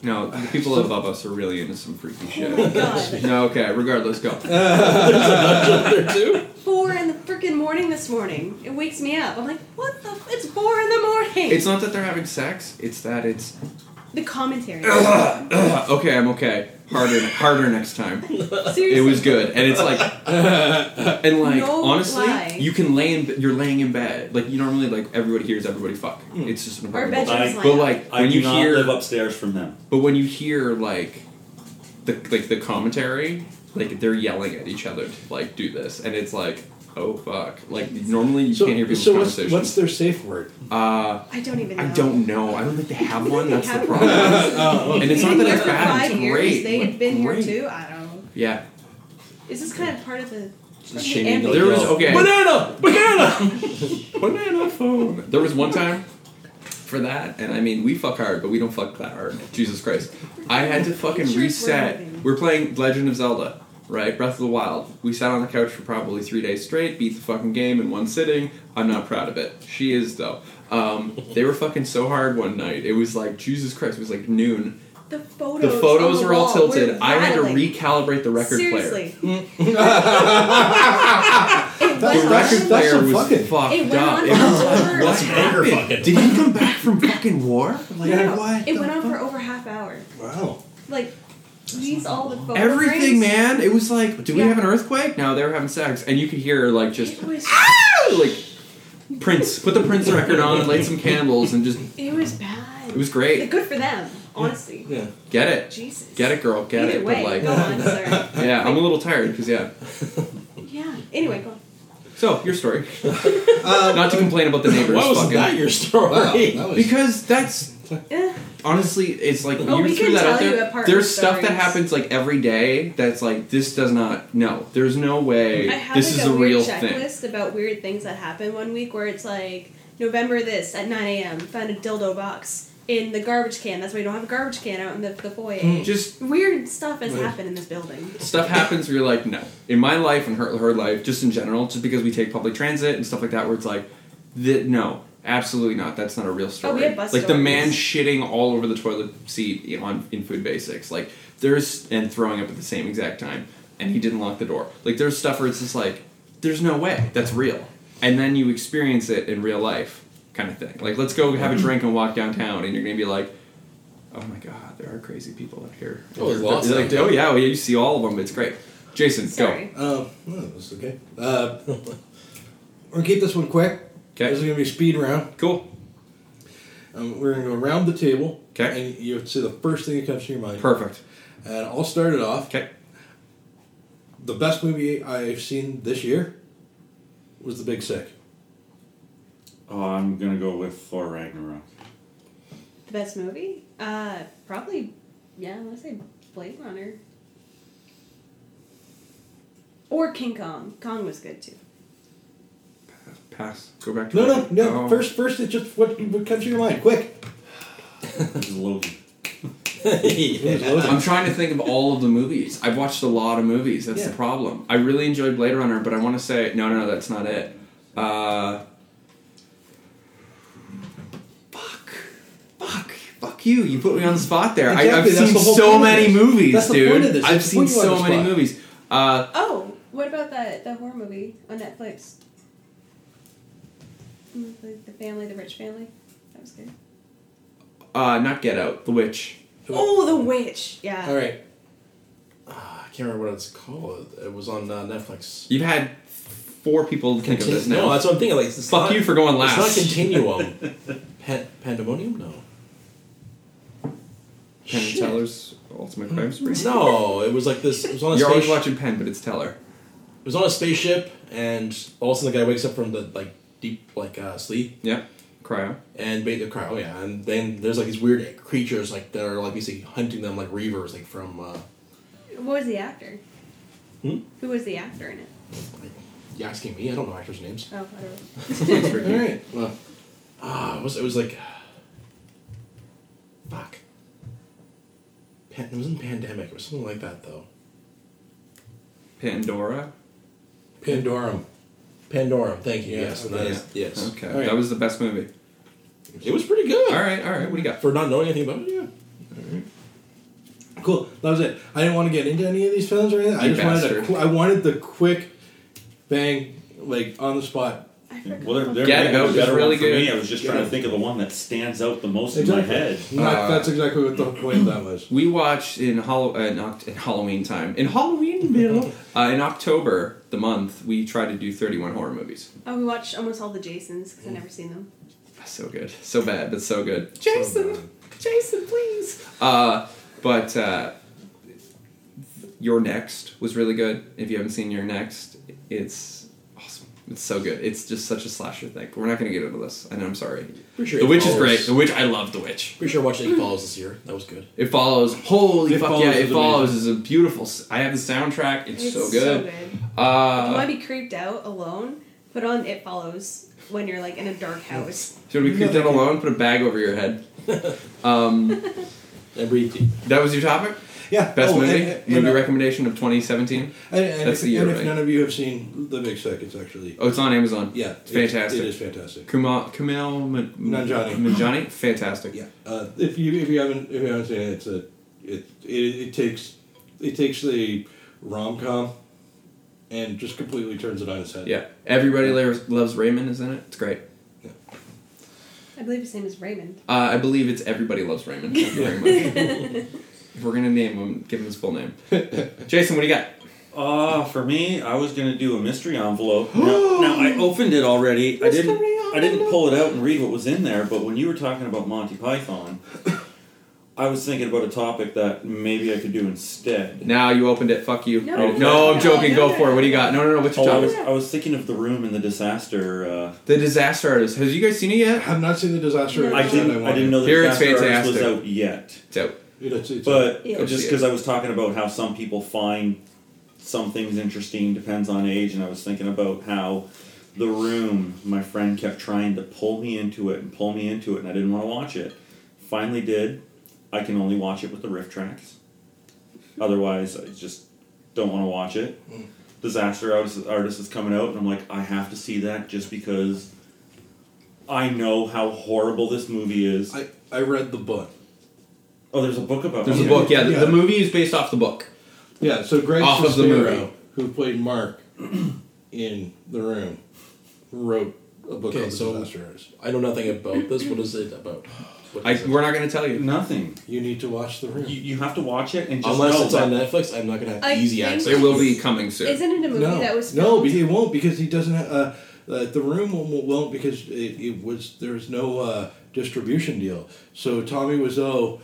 No, the people above us are really into some freaky Oh my shit. Uh, god. No, okay. Regardless, go. there too. Four in the freaking morning this morning. It wakes me up. I'm like, what the? F- it's four in the morning. It's not that they're having sex. It's that it's the commentary. uh, okay. I'm okay. Harder, harder next time. Seriously. It was good, and it's (laughs) like, and like No honestly, lie. you can lay in. You're laying in bed. Like you normally like everybody hears everybody fuck. It's just an Our apartment. building. bedrooms line I- But up. like I when do you not hear, live upstairs from them. but when you hear like, the like the commentary, like they're yelling at each other to like do this, and it's like, oh fuck. Like normally you so, can't hear people's so what's, conversations. what's their safe word? uh, I don't even. know. I don't know. I don't think they have one. They That's the have problem. (laughs) one. and it's They've not that been it's here for bad. Five It's years. great. They like, had been great. here too. I don't. know. Yeah. Is this kind of part of the? a shame you Ambi- don't There was Yo. okay. Banana! Banana! (laughs) banana phone. There was one time for that, and I mean, we fuck hard, but we don't fuck that hard. Jesus Christ. I had to fucking Sure, we're reset. moving. We're playing Legend of Zelda, right? Breath of the Wild. We sat on the couch for probably three days straight, beat the fucking game in one sitting. I'm not proud of it. She is, though. Um, they were fucking so hard one night. It was like, Jesus Christ, it was like noon. The The photos. photos on the were all wall tilted. were I had to rattling. recalibrate the record player. oh, (laughs) Seriously. That's The record that's player some was fucking- fucked It went up. on It was for like, over- what That's Anger happened? fucking. Did he come back from fucking war? Like, Yeah. what? It went on for over half hour. Wow. Like, these all the photos. Everything, man. It was like, do we Yeah. have an earthquake? No, they were having sex, and you could hear like just (laughs) It was. like Prince. Put the Prince record on, light some candles, and just It was bad. it was Like, great. Good for them, honestly. Yeah. Get it, Jesus. get it, girl, get Either it. way, But go like, on, (laughs) sir. yeah, I'm a little tired because yeah. Yeah. Anyway, go on. So your (laughs) story, Uh, not to complain about the neighbors, Um, Why was fucking. that your story? wow, that (laughs) was- because that's Eh, honestly, it's like Oh, you we threw can that out tell you there. apartment There's stuff that stories. happens like every day that's like this does not. No, there's no way. I have this like is a, a, weird real thing. checklist about weird things that happened one week where it's like November this at 9 a.m. found a dildo box in the garbage can. That's why you don't have a garbage can out in the, the foyer. Just Weird stuff has Weird. happened in this building. stuff happens where you're like, no. In my life and her, her life, just in general, just because we take public transit and stuff like that, where it's like, th- no, absolutely not. That's not a real story. Oh, we have bus like the man stories. shitting all over the toilet seat i- on in food basics, like there's and throwing up at the same exact time, and he didn't lock the door. Like there's stuff where it's just like, there's no way that's real, and then you experience it in real life, kind of thing. Like let's go have a Mm-hmm. drink and walk downtown, and you're gonna be like. Oh my god, there are crazy people out here. Oh, there's lots They're of like, them. oh yeah, well, you see all of them. It's great. Jason, Sorry. Um, no, that's okay. Uh, we're gonna keep this one quick. 'Kay. This is gonna be a speed round. go. Cool. Um, we're gonna go around the table. 'Kay. And you have to say the first thing that comes to your mind. Perfect. And I'll start it off. Okay. The best movie I've seen this year was The Big Sick. Oh, I'm gonna go with Thor Ragnarok. The best movie? Uh, probably, yeah, I want to say Blade Runner. Or King Kong. Kong was good too. Pass. Go back to No, no, no. Oh. First, first, it's just what, what comes to your mind. Quick. This is Logan. Yeah. I'm trying to think of all of the movies. I've watched a lot of movies. That's Yeah. the problem. I really enjoyed Blade Runner, but I want to say no, no, no. That's not it. Uh, fuck, fuck, fuck you. You put me on the spot there. I, I've Exactly, that's seen the whole so point of many this. movies, That's the dude. point of this, I've is to seen put you on so the many spot. movies. Uh, Oh, what about that that horror movie on Netflix? Mm, The, the family, the rich family. That was good. uh, not Get Out, The Witch. Oh, The Witch. Yeah. All right. Ah, I can't remember what it's called. It was on uh, Netflix. You've had four people think of this now. No, that's what I'm thinking. Like, it's fuck not- you for going last. It's (laughs) not Continuum. Pan- pandemonium? No. Penn and Shit. Teller's Ultimate Crime Spree. No, it was like this. It was on a You're always spaceship. watching Penn, but it's Teller. It was on a spaceship, and all of a sudden the guy wakes up from the like deep like uh, sleep Yeah, (laughs) cryo. and ba- cry. Oh yeah, and then there's like these weird creatures like that are like basically hunting them like reavers like from uh, What was the actor? Hmm? Who was the actor in it? you asking me. I don't know actors' names. Oh, I don't know. All right. Well, Ah, it was it was like fuck. Pan- it wasn't pandemic. It was something like that though. Pandora. Pandorum. Pandorum. Thank you. Yeah, yes, and that okay. is- yes. Okay, All right. that was the best movie. It was pretty good. All right, all right. What do you got? For not knowing anything about it, yeah. Cool. That was it. I didn't want to get into any of these films or anything. I You just wanted bastard. a qu- I wanted the quick bang, like on the spot. I forgot. Well, there, there Get may be a Out was better really one for good. me. I was just Get trying Out. to think of the one that stands out the most in my head. Not, Uh, that's exactly what the point of that was. We watched in Hall- uh, not in Halloween time in (laughs) Halloweenville uh, in October the month we tried to do thirty one horror movies. Oh, we watched almost all the Jasons because I've never seen them. So good, so bad, but so good. Jason, Jason, please. Uh, but uh, your next was really good. If you haven't seen your next, it's awesome. It's so good. It's just such a slasher thing. But we're not going to get into this. I know. I'm sorry. Pretty sure The it Witch is follows- great. The Witch, I love The Witch. Pretty sure I watched It Follows this year. That was good. It follows. Holy It fuck Follows yeah! is It amazing. follows is a beautiful. s- I have the soundtrack. It's, so So good. good. you Uh, want to be creeped out alone? Put on It Follows when you're like in a dark Hmm. house. should we creep that alone? Put a bag over your head. um, And breathe deep. that was your topic. Yeah. Best oh, movie. And, and, movie and, recommendation of 2017. and- and That's if, the year, and if right? none of you have seen The Big Sick, it's actually Oh, it's on Amazon. yeah, it's fantastic. It, it is fantastic. Kumail Kumail Ma- Nanjiani. Nanjiani? fantastic. Yeah. Uh, if you if you haven't if you haven't seen it, it's a it it, it takes it takes the rom com and just completely turns it on its head. Yeah. Everybody loves, loves Raymond, is in it. It's great. I believe his name is Raymond. Uh, I believe it's Everybody Loves Raymond. Thank you very much. (laughs) if we're gonna name him, give him his full name. Jason, what do you got? Ah, for me, I was gonna do a (gasps) mystery envelope. now, now, I opened it already. I didn't. I didn't pull it out and read what was in there. But when you were talking about Monty (coughs) Python, I was thinking about a topic that maybe I could do instead. Now you opened it. Fuck you. No, Read it. no, no, I'm no, joking. no, Go no. for it. What do you got? No, no, no. What's your Oh, I topic? was, I was thinking of the room and the disaster. Uh, The Disaster Artist. Has you guys seen it I yet? have not seen the disaster. No. Artist, I and didn't. want I didn't know the Here it's disaster artist was fantastic. out yet. It's out. it. It's, it's But Yeah. just because I was talking about how some people find some things interesting depends on age, and I was thinking about how the room my friend kept trying to pull me into it and pull me into it, and I didn't want to watch it. Finally, did I can only watch it with the riff tracks. Otherwise, I just don't want to watch it. Disaster artist, artist is coming out, and I'm like, I have to see that just because I know how horrible this movie is. I, I read the book. oh, there's a book about. There's a it. book. Yeah, the- Yeah. the movie is based off the book. Yeah, so Greg Off of the Sestero, movie. who played Mark in the room, wrote a book Okay, called so- The Disaster Artist. I know nothing about this. What is it about? What I, is it? we're not gonna tell you. Nothing. You need to watch the room. You, you have to watch it and just Unless know it's that- on Netflix, I'm not gonna have I easy think- access. It will be coming soon. Isn't it a movie no, that was no, filmed? but he won't because he doesn't. Have, uh, uh, the room won't, won't- won't because it, it was there's no uh, distribution deal. So Tommy Wiseau,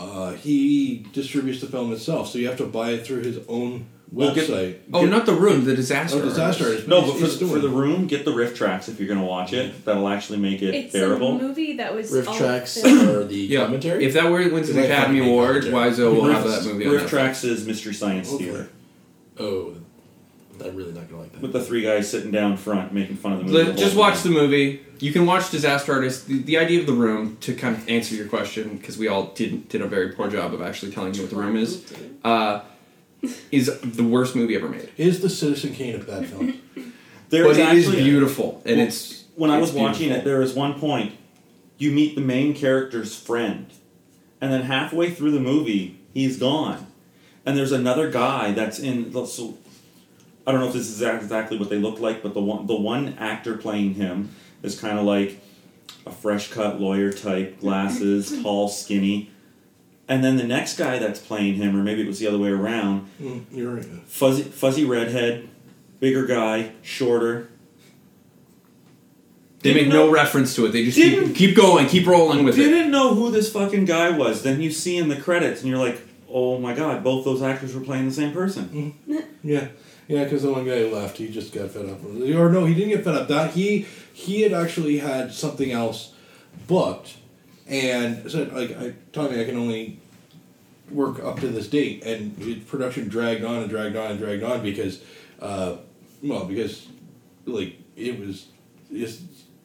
uh, he distributes the film himself. So you have to buy it through his own We'll get- website. Oh, Get- not the room, the disaster. Oh, disaster artist. artist. No, but for, He's doing for the it. room, get the riff tracks if you're gonna watch it. That'll actually make it It's bearable. a movie that was riff all tracks filmed. or the Yeah. commentary. If that were wins Right, the Academy Academy Award, commentary. Wiseau will have Riff- that movie on Riff Netflix. tracks is Mystery Science Hopefully. Theater oh, I'm really not gonna like that. with the three guys sitting down front making fun of the movie. Let- the just whole watch time. the movie. You can watch Disaster Artist. The, the idea of the room to kind of answer your question because we all did did a very poor job of actually telling you what the room is. Uh, is the worst movie ever made, Is the Citizen Kane a bad film? There but is it is actually- beautiful and Well, it's. when I it's was watching it, beautiful. there was one point you meet the main character's friend, and then halfway through the movie, he's gone, and there's another guy that's in. the- So I don't know if this is exact- exactly what they look like, but the one the one actor playing him is kind of like a fresh cut lawyer type, glasses, tall, skinny. And then the next guy that's playing him, or maybe it was the other way around, Mm, You're right. fuzzy fuzzy redhead, bigger guy, shorter. they make Didn't no know- reference to it. They just keep, Didn't- keep going, keep rolling with it. didn't know who this fucking guy was. Then you see in the credits, and you're like, oh my god, both those actors were playing the same person. Mm-hmm. Yeah, yeah, because the one guy left, he just got fed up. Or no, he didn't get fed up. That he he had actually had something else booked, and said like, I, Tommy, I can only work up to this date, and the production dragged on and dragged on and dragged on because, uh, well, because like it was, it's,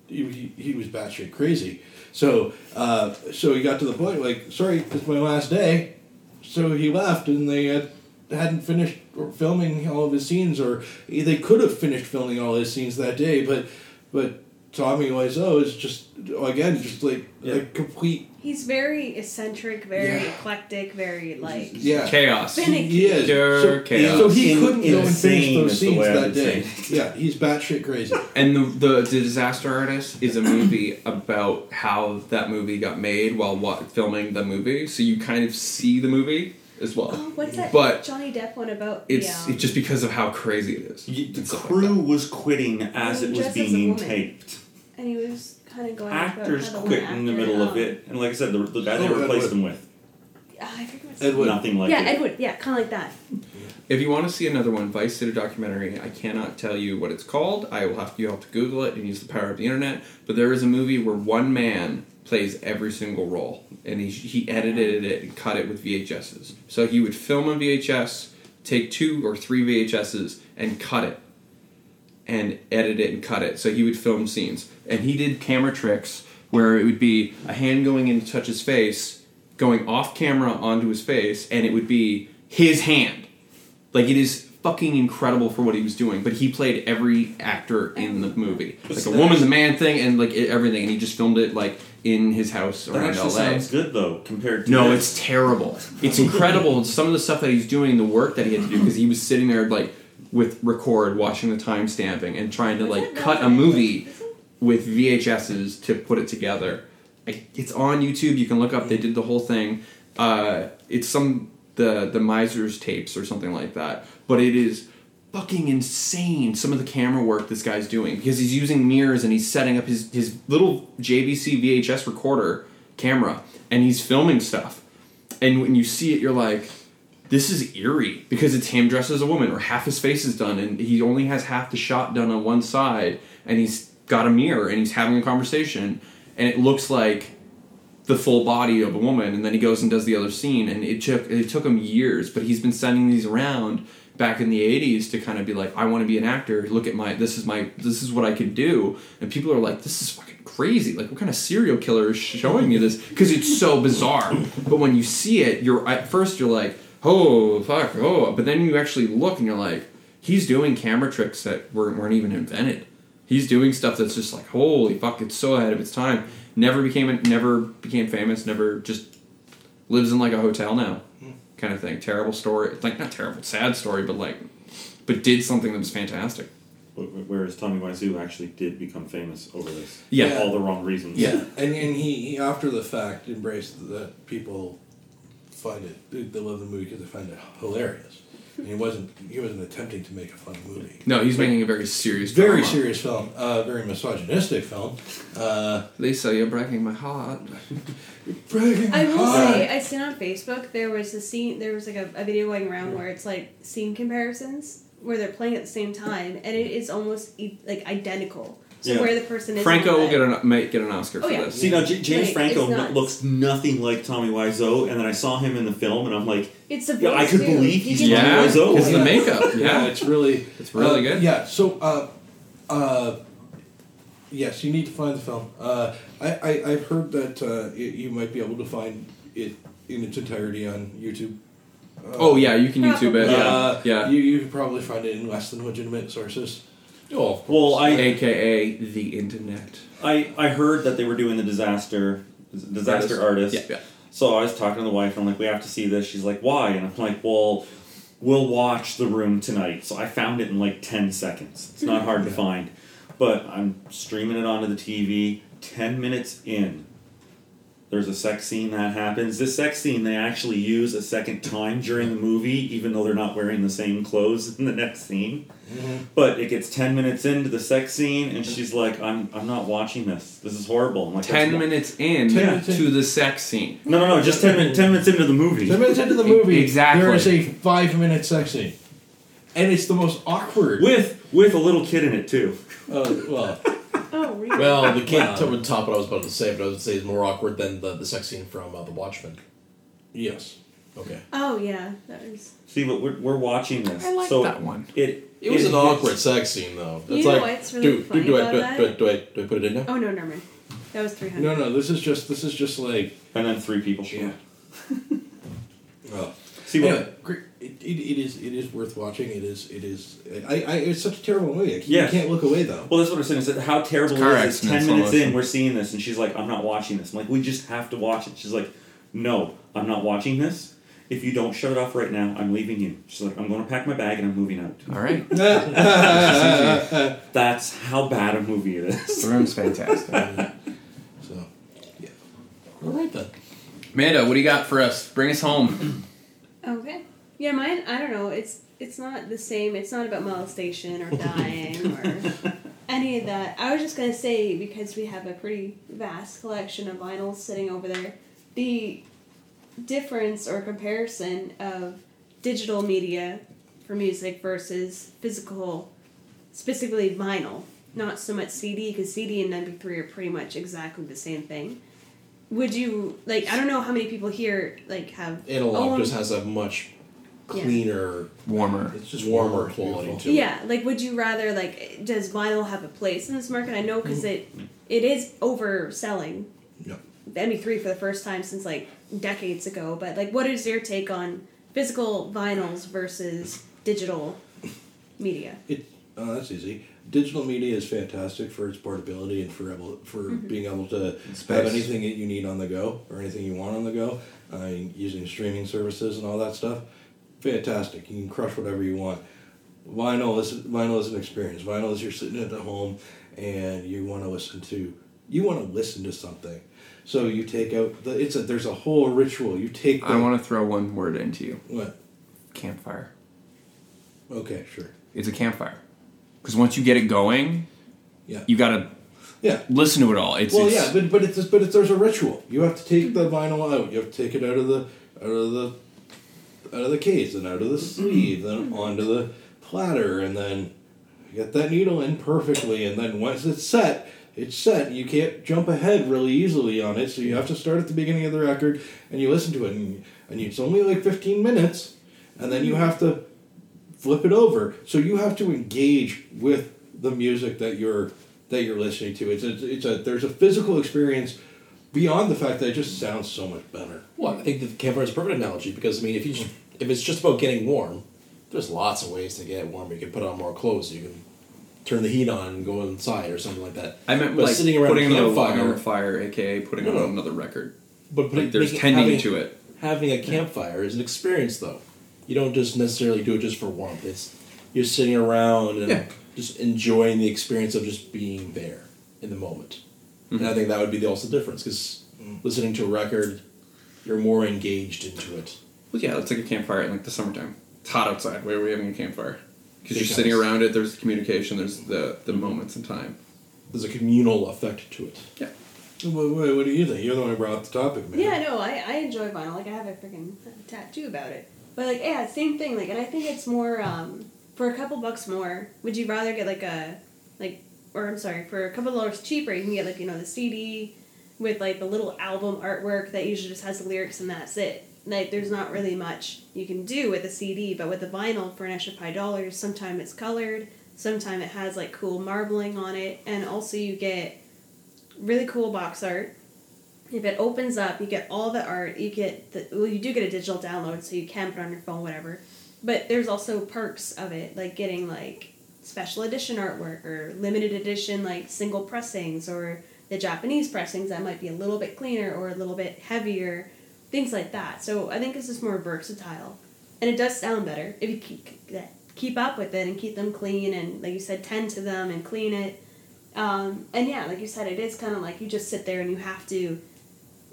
he, he- he was batshit crazy. So uh, so he got to the point like, sorry, it's my last day. So he left, and they had hadn't finished filming all of his scenes, or they could have finished filming all his scenes that day, but but Tommy Wiseau is just again just like Yeah. like complete He's very eccentric, very Yeah. eclectic, very like. yeah. Chaos. Finicky. He is. So, Pure chaos. so he In- couldn't go and finish insane those is the scenes way I that would day. say Yeah, he's batshit (laughs) crazy. And the, the Disaster Artist is a movie (clears throat) about how that movie got made while wa- filming the movie, so you kind of see the movie as well. Oh, what's that But Johnny Depp one about? It's yeah. it's just because of how crazy it is. You- the and stuff like crew was quitting as Well, it was just as a being woman. taped. and he was kind of going. off about Actors how the quit one in the actor, middle of um, it, and like I said, the, the guy they Oh, replaced Edward. him with, Ah, I forget what's Edward. nothing like yeah, it. Edward. Yeah, kind of like that. If you want to see another one, Vice did a documentary. I cannot tell you what it's called. I will have you have to Google it and use the power of the internet. But there is a movie where one man plays every single role, and he he edited it and cut it with VHSs. So he would film on VHS, take two or three VHSs, and cut it, and edit it and cut it. So he would film scenes, and he did camera tricks where it would be a hand going in to touch his face, going off camera onto his face, and it would be his hand. Like it is fucking incredible for what he was doing, but he played every actor in the movie, like a woman, the man thing, and like it, everything, and he just filmed it like in his house That around actually L.A. sounds good though compared to No, this. it's terrible. It's incredible. Some of the stuff that he's doing, the work that he had to do, because he was sitting there like with record, watching the time stamping, and trying to Was like it cut a Velvet? movie Is it? with VHSs to put it together. Like, It's on YouTube. You can look up. They did the whole thing. Uh, it's some the the Miser's tapes or something like that. But it is fucking insane. Some of the camera work this guy's doing because he's using mirrors and he's setting up his his little JVC VHS recorder camera and he's filming stuff. And when you see it, you're like. This is eerie because it's him dressed as a woman, or half his face is done, and he only has half the shot done on one side, and he's got a mirror and he's having a conversation, and it looks like the full body of a woman, and then he goes and does the other scene, and it took it took him years, but he's been sending these around back in the '80s to kind of be like, I want to be an actor. Look at my this is my this is what I could do, and people are like, this is fucking crazy. Like, what kind of serial killer is showing me this? Because it's so bizarre. But when you see it, you're at first you're like, oh fuck, oh, but then you actually look and you're like, he's doing camera tricks that weren't, weren't even invented. He's doing stuff that's just like, holy fuck, it's so ahead of its time. Never became never became famous. Never just lives in like a hotel now, kind of thing. Terrible story. It's Like not terrible, sad story, but like, but did something that was fantastic. Wh- wh- Whereas Tommy Wiseau actually did become famous over this, Yeah. all the wrong reasons. Yeah. And and he, he after the fact embraced that people find it they love the movie because they find it hilarious. And he wasn't he wasn't attempting to make a fun movie. No, he's making a very serious. Very drama. serious film, uh, very misogynistic film. Uh, Lisa, you're breaking my heart. breaking I will heart. say, I seen on Facebook there was a scene. There was like a, a video going around where it's like scene comparisons where they're playing at the same time, and it is almost e- like identical. So Yeah. where the person is. Franco on will the- get an might get an Oscar Oh, for yeah. this. See now, J- James Like, Franco it's no- nuts. looks nothing like Tommy Wiseau, and then I saw him in the film, and I'm like, It's the Yeah, I voice, could too. believe You he's can young. tell. Yeah, Otherwise, oh, it's yeah. the makeup. yeah, Yeah, it's really it's really Uh, good. Yeah. So, uh, uh, yes, you need to find the film. Uh, I, I I've heard that uh, y you might be able to find it in its entirety on YouTube. Oh yeah, you can YouTube it. Probably. Yeah. Uh, Yeah. You you could probably find it in less than legitimate (laughs) sources. Oh, well, I, AKA the internet. I I heard that they were doing the disaster disaster artist. Yeah, yeah. So I was talking to the wife, and I'm like, we have to see this. She's like, why? And I'm like, well, we'll watch The Room tonight. So I found it in like 10 seconds. It's not hard to find. But I'm streaming it onto the TV. 10 minutes in, there's a sex scene that happens. This sex scene they actually use a second time during the movie, even though they're not wearing the same clothes in the next scene. But it gets 10 minutes into the sex scene, and she's like, I'm, I'm not watching this. This is horrible. I'm like, Ten "That's- minutes in Ten- to the sex scene. No, no, no, just 10, min- 10 minutes into the movie. Ten minutes into the movie, Exactly. there is a five minute sex scene, and it's the most awkward. with with a little kid in it too. Uh, well, Oh, really? well, the kid to would top what I was about to say, but I would say it's more awkward than the, the sex scene from uh, The Watchmen. yes. Okay. oh yeah, that was. See, but we're, we're watching this. I like so that one. It It was an hits- awkward sex scene, though. You It's know like, what's really do, funny do, do, I, about do, I, that? do, I, do, I, do I put it in now? Oh no, never mind. That was three hundred. No, no. This is just this is just like And then three people show up. Well, See what? anyway, great. It, it, it is it is worth watching. It is it is. I, I it's such a terrible movie. I can't, Yes. you can't look away though. Well, that's what I'm saying. Is that how terrible car it is? It's ten accidents minutes in, almost. we're seeing this, and she's like, "I'm not watching this." I'm like, "We just have to watch it." She's like, "No, I'm not watching this. If you don't shut it off right now, I'm leaving you." She's like, "I'm going to pack my bag and I'm moving out." All right, That's how bad a movie it is. the room's fantastic. So All right, then. Amanda, what do you got for us? Bring us home. Okay. Yeah, mine. I don't know. It's it's not the same. It's not about molestation (laughs) or dying or any of that. I was just gonna say because we have a pretty vast collection of vinyls sitting over there, the difference or comparison of digital media for music versus physical, specifically vinyl. Not so much CD because CD and MP3 are pretty much exactly the same thing. Would you like? I don't know how many people here like have Analog own- just has a much Oh, um, Yeah. cleaner, Warmer. it's just warmer quality to it. yeah like would you rather like does vinyl have a place in this market i know because it it is overselling Yep. the mp3 for the first time since like decades ago but like what is your take on physical vinyls versus digital media It uh, that's easy. Digital media is fantastic for its portability and for able, for being able to have space. anything that you need on the go or anything you want on the go. Uh, using streaming services and all that stuff, fantastic. You can crush whatever you want. Vinyl is vinyl is an experience. Vinyl is you're sitting at home and you want to listen to you want to listen to something. So you take out the it's a there's a whole ritual. You take the, I want to throw one word into you. what Campfire. okay sure It's a campfire. Because once you get it going, yeah you got to yeah listen to it all. It's, Well, it's yeah, but but it's but it's, there's a ritual. You have to take the vinyl out. You have to take it out of the out of the out of the case and out Mm-hmm. of the sleeve, then onto the platter, and then get that needle in perfectly. And then once it's set, it's set. You can't jump ahead really easily on it, so you have to start at the beginning of the record and you listen to it, and and it's only like fifteen minutes, and then you have to flip it over. So you have to engage with the music that you're that you're listening to. It's a, it's a there's a physical experience beyond the fact that it just sounds so much better. Well, I think the campfire is a perfect analogy because I mean, if you just, if it's just about getting warm, there's lots of ways to get warm. You can put on more clothes. You can turn the heat on and go inside or something like that. I meant but like sitting around putting a another campfire, log on the fire, aka putting No, no. on another record. but putting, Like there's making- tending having- to it. Having a campfire is an experience, though. You don't just necessarily do it just for warmth. It's you're sitting around and Yeah. just enjoying the experience of just being there in the moment. And Mm-hmm. I think that would be the also difference because listening to a record, you're more engaged into it. Well, yeah, it's like a campfire in like the summertime. It's hot outside. Why are we having a campfire? Because you're Because- sitting around it. There's communication. There's the the moments in time. There's a communal effect to it. Yeah. What, what, what do you think? You're the one who brought up the topic, man. Yeah, no, I, I enjoy vinyl. Like I have a freaking tattoo about it. But like yeah, same thing. Like and I think it's more um for a couple bucks more, would you rather get like a like or I'm sorry, for a couple dollars cheaper you can get like, you know, the C D with like the little album artwork that usually just has the lyrics and that's it. Like there's not really much you can do with a CD, but with the vinyl for an extra five dollars, sometimes it's colored, sometimes it has like cool marbling on it, and also you get really cool box art. If it opens up, you get all the art. You get the well, you do get a digital download, so you can put it on your phone, whatever. But there's also perks of it, like getting like special edition artwork or limited edition like single pressings or the Japanese pressings that might be a little bit cleaner or a little bit heavier, things like that. So I think it's just more versatile, and it does sound better if you keep keep up with it and keep them clean and like you said, tend to them and clean it. Um, and yeah, like you said, it is kind of like you just sit there and you have to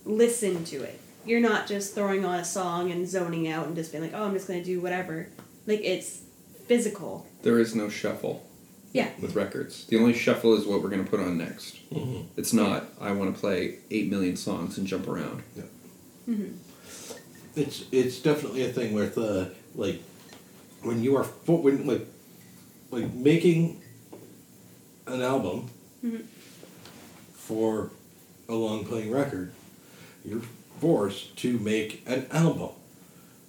listen to it. You're not just throwing on a song and zoning out and just being like, oh, I'm just going to do whatever. Like, it's physical. There is no shuffle Yeah. with records. The only shuffle is what we're going to put on next. Mm-hmm. It's not. I want to play eight million songs and jump around. it's it's definitely a thing with uh, like when you are fo- when like like making an album for a long playing record, you're forced to make an album.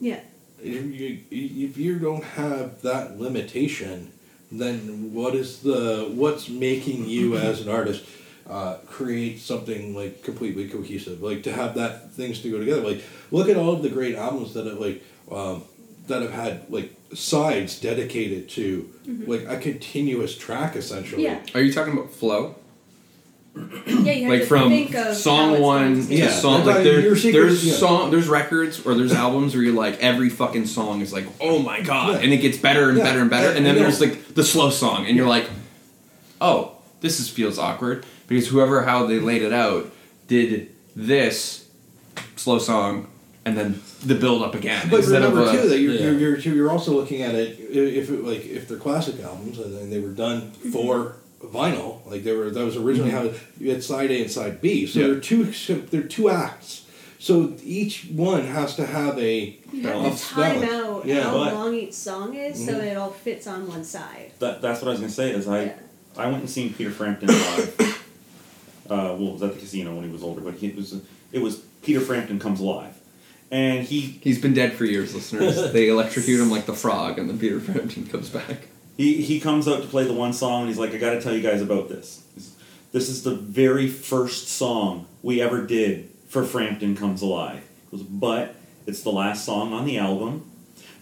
Yeah. If you, if you don't have that limitation, then what is the what's making you as an artist uh, create something like completely cohesive? Like to have that things to go together. Like look at all of the great albums that have like um, that have had like sides dedicated to like a continuous track essentially. Yeah. Are you talking about flow? Yeah, you have like to from think of how song it's one going to to- Yeah. song That's like how there, your sequence- there's yeah. song there's records or there's albums where you're like every fucking song is like oh my god Yeah. and it gets better and Yeah. better and better and, And- then and there's there's- like the slow song and you're like oh this is feels awkward because whoever how they laid it out did this slow song and then the build up again But instead remember of a, too that you're, yeah. you're, you're too- you're also looking at it i- if it, like if they're classic albums and then they were done Mm-hmm. for vinyl, like they were that was originally how you had side A and side B. So Yeah. they're two they're two acts. So each one has to have a You have balance. to time out Yeah, Mm-hmm. how but- long each song is so it all fits on one side. That, that's what I was gonna say. Is I, Yeah. I went and seen Peter Frampton live. uh, well, it was at the casino when he was older, but he it was it was Peter Frampton comes live, and he he's been dead for years listeners they electrocute him like the frog and then Peter Frampton comes back He, he comes out to play the one song and he's like, I gotta tell you guys about this. This is the very first song we ever did for Frampton Comes Alive. He goes, but it's the last song on the album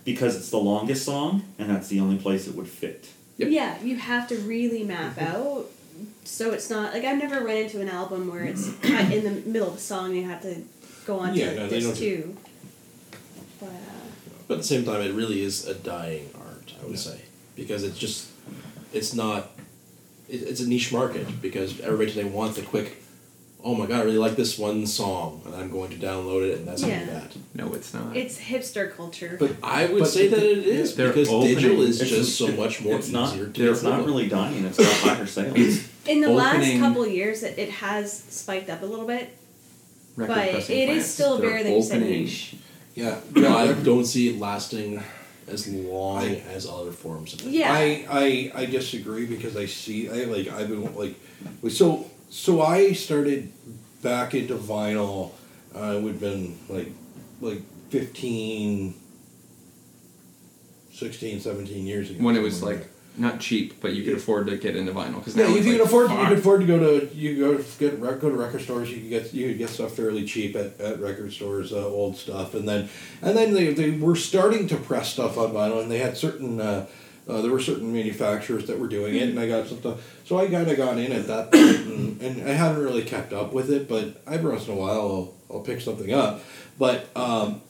because it's the longest song and that's the only place it would fit. Yep. Mm-hmm. Yeah, you have to really map out. So it's not like I've never run into an album where (clears throat) it's cut in the middle of a song and you have to go on Yeah, to no, they this don't do- too. But uh, But at the same time, it really is a dying art, I would say, because it's just, it's not, it, it's a niche market because everybody today wants a quick, oh my god, I really like this one song, and I'm going to download it, and that's Yeah. yeah. that. no it's not It's hipster culture. But- I would But say the- that it is they're because digital opening. is It's just so it- much more it's easier not, to It's not download. really dying and it's got (laughs) higher sales. in the last opening- couple years, it, it has spiked up a little bit, Record but pressing it plants, is still they're very like you said, opening. niche. Yeah. No, I don't see it lasting as long I- as other forms of it. Yeah. I, I I disagree because I see I like I've been like so so I started back into vinyl. I would have been like like 15, 16, 17 years ago. when it was somewhere like not cheap, but you could afford to get into vinyl because there. now yeah, it's if you like, can afford you fuck. can afford to go to you go get rec- go to record stores. You could get you could get stuff fairly cheap at, at record stores, uh, old stuff, and then and then they, they were starting to press stuff on vinyl, and they had certain. Uh, uh, there were certain manufacturers that were doing it, and I got some stuff. So I kind of got in at that point, and, and I haven't really kept up with it. But every once in a while, I'll, I'll pick something up. But um,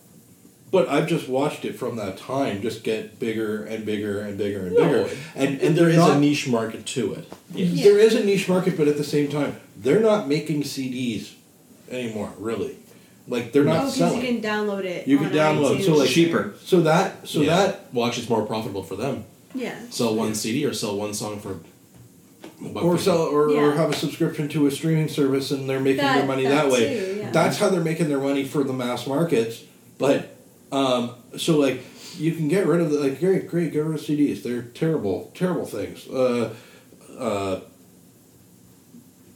but I've just watched it from that time just get bigger and bigger and bigger and No, bigger. And and there is not, a niche market to it. Yeah. there is a niche market, but at the same time, they're not making CDs anymore, really. Like they're Oh, not because selling. you can download it. You can on download. iTunes. So like Cheaper. So that so Yeah. that well, actually, it's more profitable for them. yeah. Sell one CD or sell one song for. about or 50. sell or, or Yeah. have a subscription to a streaming service and they're making their That- money that, that way. too, yeah. That's how they're making their money for the mass markets. But um, so like you can get rid of the like great great get rid of CDs. They're terrible terrible things. Uh, uh,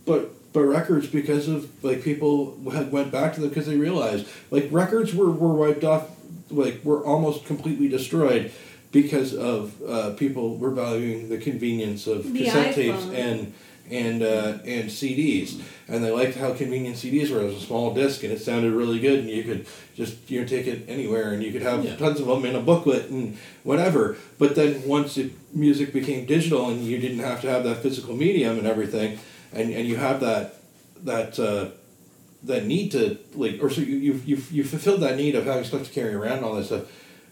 but but records because of like people had went back to them because they realized like records were were wiped off like were almost completely destroyed. Because of uh, people were valuing the convenience of The cassette tapes iPhone. and and uh, and CDs, and they liked how convenient CDs were. It was a small disc, and it sounded really good, and you could just you know take it anywhere, and you could have Yeah. tons of them in a booklet and whatever. But then once it, music became digital, and you didn't have to have that physical medium and everything, and, and you have that that uh, that need to like, or so you you you you fulfilled that need of having stuff to carry around and all that stuff.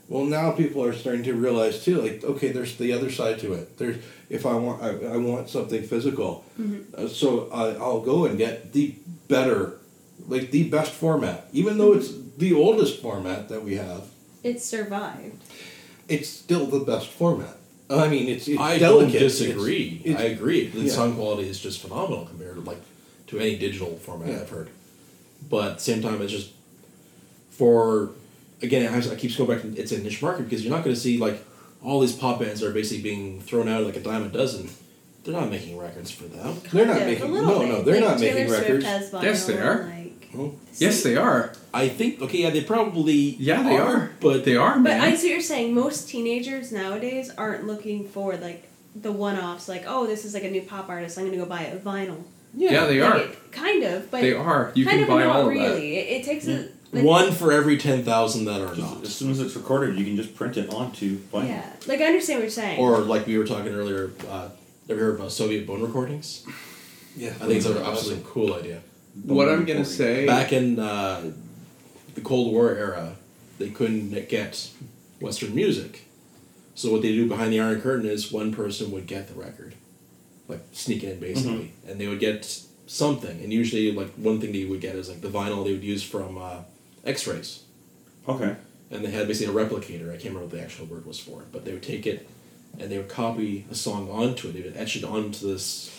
Well, now people are starting to realize too, like, okay, there's the other side to it. There's if I want, I, I want something physical, Uh, so I, I'll go and get the better, like the best format, even though it's the oldest format that we have. It survived. It's still the best format. I mean, it's, it's I delicate. don't disagree. It's, I it's, agree. The yeah. sound quality is just phenomenal compared to like to any digital format Yeah. I've heard. But at the same time, it's just for again, I, I keep going back. to It's a niche market because you're not going to see like all these pop bands are basically being thrown out like a dime a dozen. They're not making records for them. they're not Yeah, a making little no, bit. no, they're Like, not Taylor making Swift records. Has vinyl Yes, they are. and, Like, Oh. Yes, they are. I think okay, yeah, they probably Yeah, they are. but They are, But man. I see what you're saying. Most teenagers nowadays aren't looking for like the one-offs. Like, oh, this is like a new pop artist. I'm gonna go buy a vinyl. yeah. they are. Like, it- kind of, but they are. You kind can of buy not all of really. that. It, it takes Mm. a like, one for every ten thousand that are Just, not. as soon as it's recorded, you can just print it onto vinyl. Yeah, like I understand what you're saying. Or like we were talking earlier, uh, have you heard about Soviet bone recordings? Yeah, I think it's an absolutely cool idea. What I'm gonna say. back in uh, the Cold War era, they couldn't get Western music. So what they do behind the Iron Curtain is one person would get the record, like sneak in basically, and they would get something. And usually, like one thing they would get is like the vinyl they would use from uh, X-rays Okay. and they had basically a replicator. I can't remember what the actual word was for it, but they would take it and they would copy a song onto it. They would etch it onto this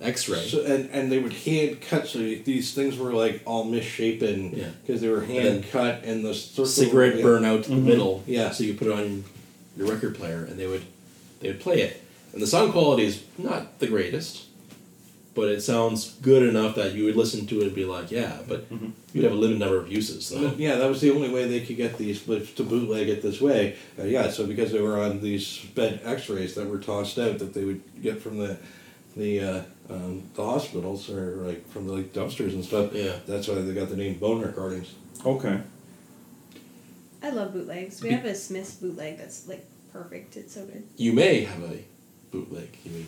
X-ray. So, and and they would hand cut. So these things were like all misshapen Yeah. because they were hand cut and the circle, cigarette yeah. burn out the Mhm. Mm-hmm. middle. Yeah. So you put it on your record player, and they would they would play it. And the sound quality is not the greatest, but it sounds good enough that you would listen to it and be like, yeah. But Mhm. you'd have a limited number of uses. So. Mm-hmm. Yeah, that was the only way they could get these was to bootleg it this way. Uh, yeah, so because they were on these sped X-rays that were tossed out that they would get from the the uh, um, the hospitals or like from the like, dumpsters and stuff. Yeah. that's why they got the name bone recordings. Okay. I love bootlegs. We Be- have a Smith's bootleg that's like perfect. It's so good. You may have a bootleg. You mean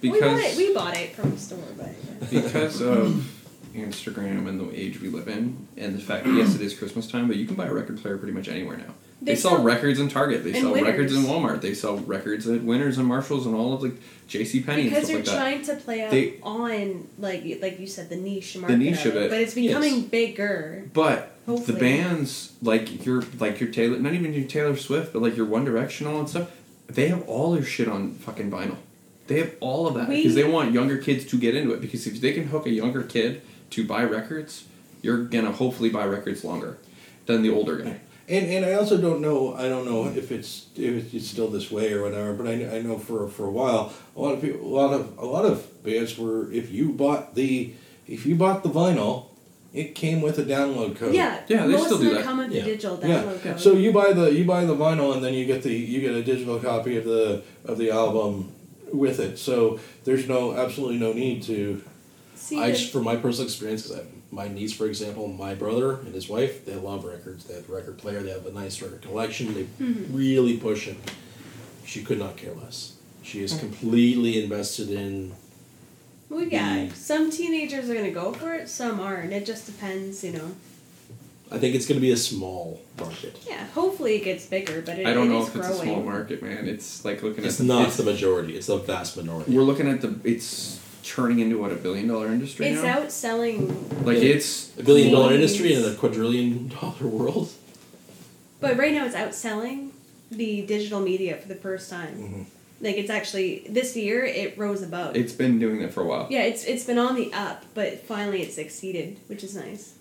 we bought Because- it. We bought it from a store, but yeah. because of Instagram and the age we live in, and the fact yes, it is Christmas time, but you can buy a record player pretty much anywhere now. They, They sell, sell- records in Target. They and sell records in Winners. Walmart. They sell records at Winners and Marshalls and all of like J.C. Penney and stuff because they're like that. trying to play out They- on like you- like you said the niche market, niche of it, but it's becoming bigger. But Hopefully. the bands like your like your Taylor, not even your Taylor Swift, but like your One Direction, all and stuff, they have all their shit on fucking vinyl. They have all of that We- because they want younger kids to get into it. Because if they can hook a younger kid to buy records, you're gonna hopefully buy records longer than the older guy. And and I also don't know. I don't know if it's if it's still this way or whatever. But I, I know for for a while, a lot of people, a lot of a lot of bands were if you bought the if you bought the vinyl, it came with a download code. Yeah, Oh. Yeah, they most still of do them that. come with the Yeah. digital Yeah. download code. So you buy the you buy the vinyl and then you get the you get a digital copy of the of the album with it. So there's no absolutely no need to. See, I the- just, from my personal experience, because my niece, for example, my brother and his wife, they love records. They have a record player. They have a nice record collection. They Mm-hmm. really push it. She could not care less. She is completely invested in. well, yeah, the- Mm. some teenagers are gonna go for it, some aren't. It just depends, you know. I think it's going to be a small market. Yeah, hopefully it gets bigger, but it, I don't it know is if it's growing. a small market, man. It's like looking It's at not it's- the majority. It's the vast minority. we're looking at the it's turning into what a billion dollar industry It's now. outselling, Like Yeah. it's A billion dollar Please. industry in a quadrillion dollar world. but right now it's outselling the digital media for the first time. Like it's actually this year it rose above. it's been doing that for a while. yeah, it's it's been on the up, but finally it's exceeded, which is nice.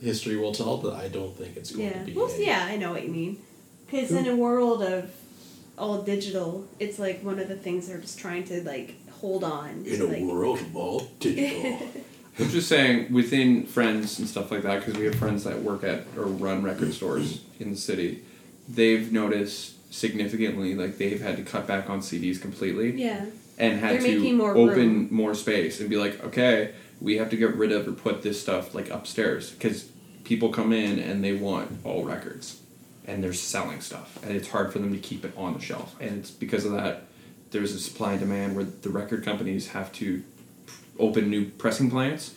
History will tell, but I don't think it's going Yeah. to be. Well, a- yeah, I know what you mean. Because in a world of all digital, it's like one of the things they're just trying to like hold on. In a to, like, world of all digital. (laughs) I'm just saying within friends and stuff like that because we have friends that work at or run record stores in the city. They've noticed significantly like they've had to cut back on CDs completely. Yeah. and had They're to making more open room. more space and be like, okay, we have to get rid of or put this stuff like upstairs because people come in and they want all records and they're selling stuff and it's hard for them to keep it on the shelf and it's because of that there's a supply and demand where the record companies have to open new pressing plants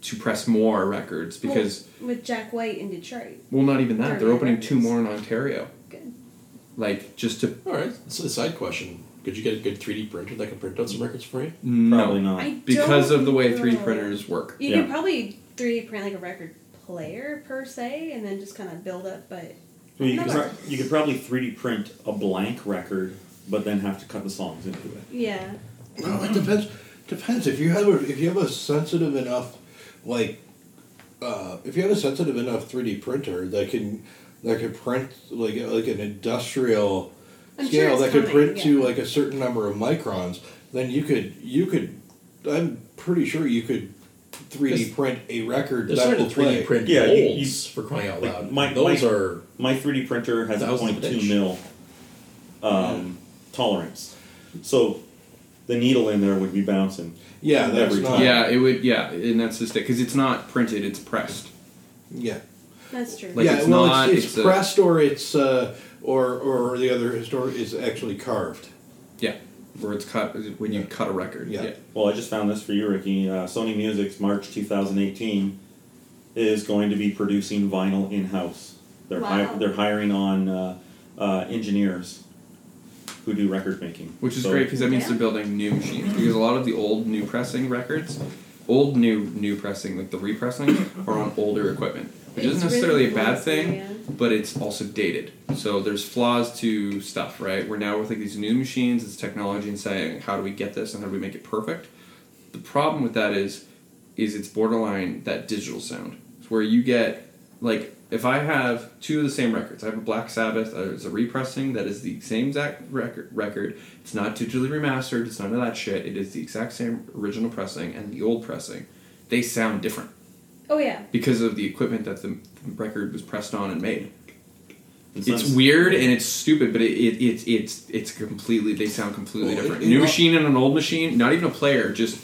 to press more records because Well, with Jack White in Detroit. well, not even that they're Thirty opening two records. more in Ontario Good. like just to All right. So the side question: Could you get a good three D printer that can print out some records for you? Mm. Probably no not. I because don't of the way 3D know. printers work You Yeah. could probably 3D print like a record player per se, and then just kind of build up. But Well, you, could Another. pro- you could probably 3D print a blank record, but then have to cut the songs into it. yeah, Well, it depends. Depends if you have a if you have a sensitive enough, like, uh, if you have a sensitive enough three D printer that can that can print like like an industrial I'm sure scale it's that could coming, print to yeah. like a certain number of microns, then you could you could. I'm pretty sure you could three D There's- print a record They're that starting will to three play. D print Yeah, you- molds for crying out like, loud. my- Those my- are My 3D printer has a Thousandth of an 0.2 inch. mil um, tolerance. So the needle in there would be bouncing. Yeah, that's Every not- time. Yeah, it would. Yeah, and that's the stick because it's not printed; it's pressed. Yeah. that's true. Like, yeah, it's well, not- it's, it's, it's a- pressed or it's uh, or or the other historic is actually carved. Yeah, where it's cut when you Yeah. cut a record. Yeah. Yeah. Well, I just found this for you, Ricky. Uh, Sony Music's March 2018 is going to be producing vinyl in house. They're, Wow. hi- they're hiring on uh, uh, engineers who do record making. which is So- great because that means Yeah. they're building new machines because a lot of the old new pressing records, old new new pressing like the repressing are (coughs) on older equipment, which It's isn't necessarily really a bad noisy, thing, yeah. but it's also dated. So there's flaws to stuff, right? We're now with like these new machines, it's technology, and saying how do we get this and how do we make it perfect. The problem with that is, is it's borderline that digital sound. It's where you get like if I have two of the same records, I have a Black Sabbath, uh, it's a repressing that is the same exact record. Record. It's not digitally remastered. It's none of that shit. It is the exact same original pressing and the old pressing. They sound different Oh yeah, because of the equipment that the, the record was pressed on and made. It's It's nice. weird and it's stupid, but it, it, it's it's it's completely they sound completely Well, it- different. it New al- machine and an old machine, not even a player, just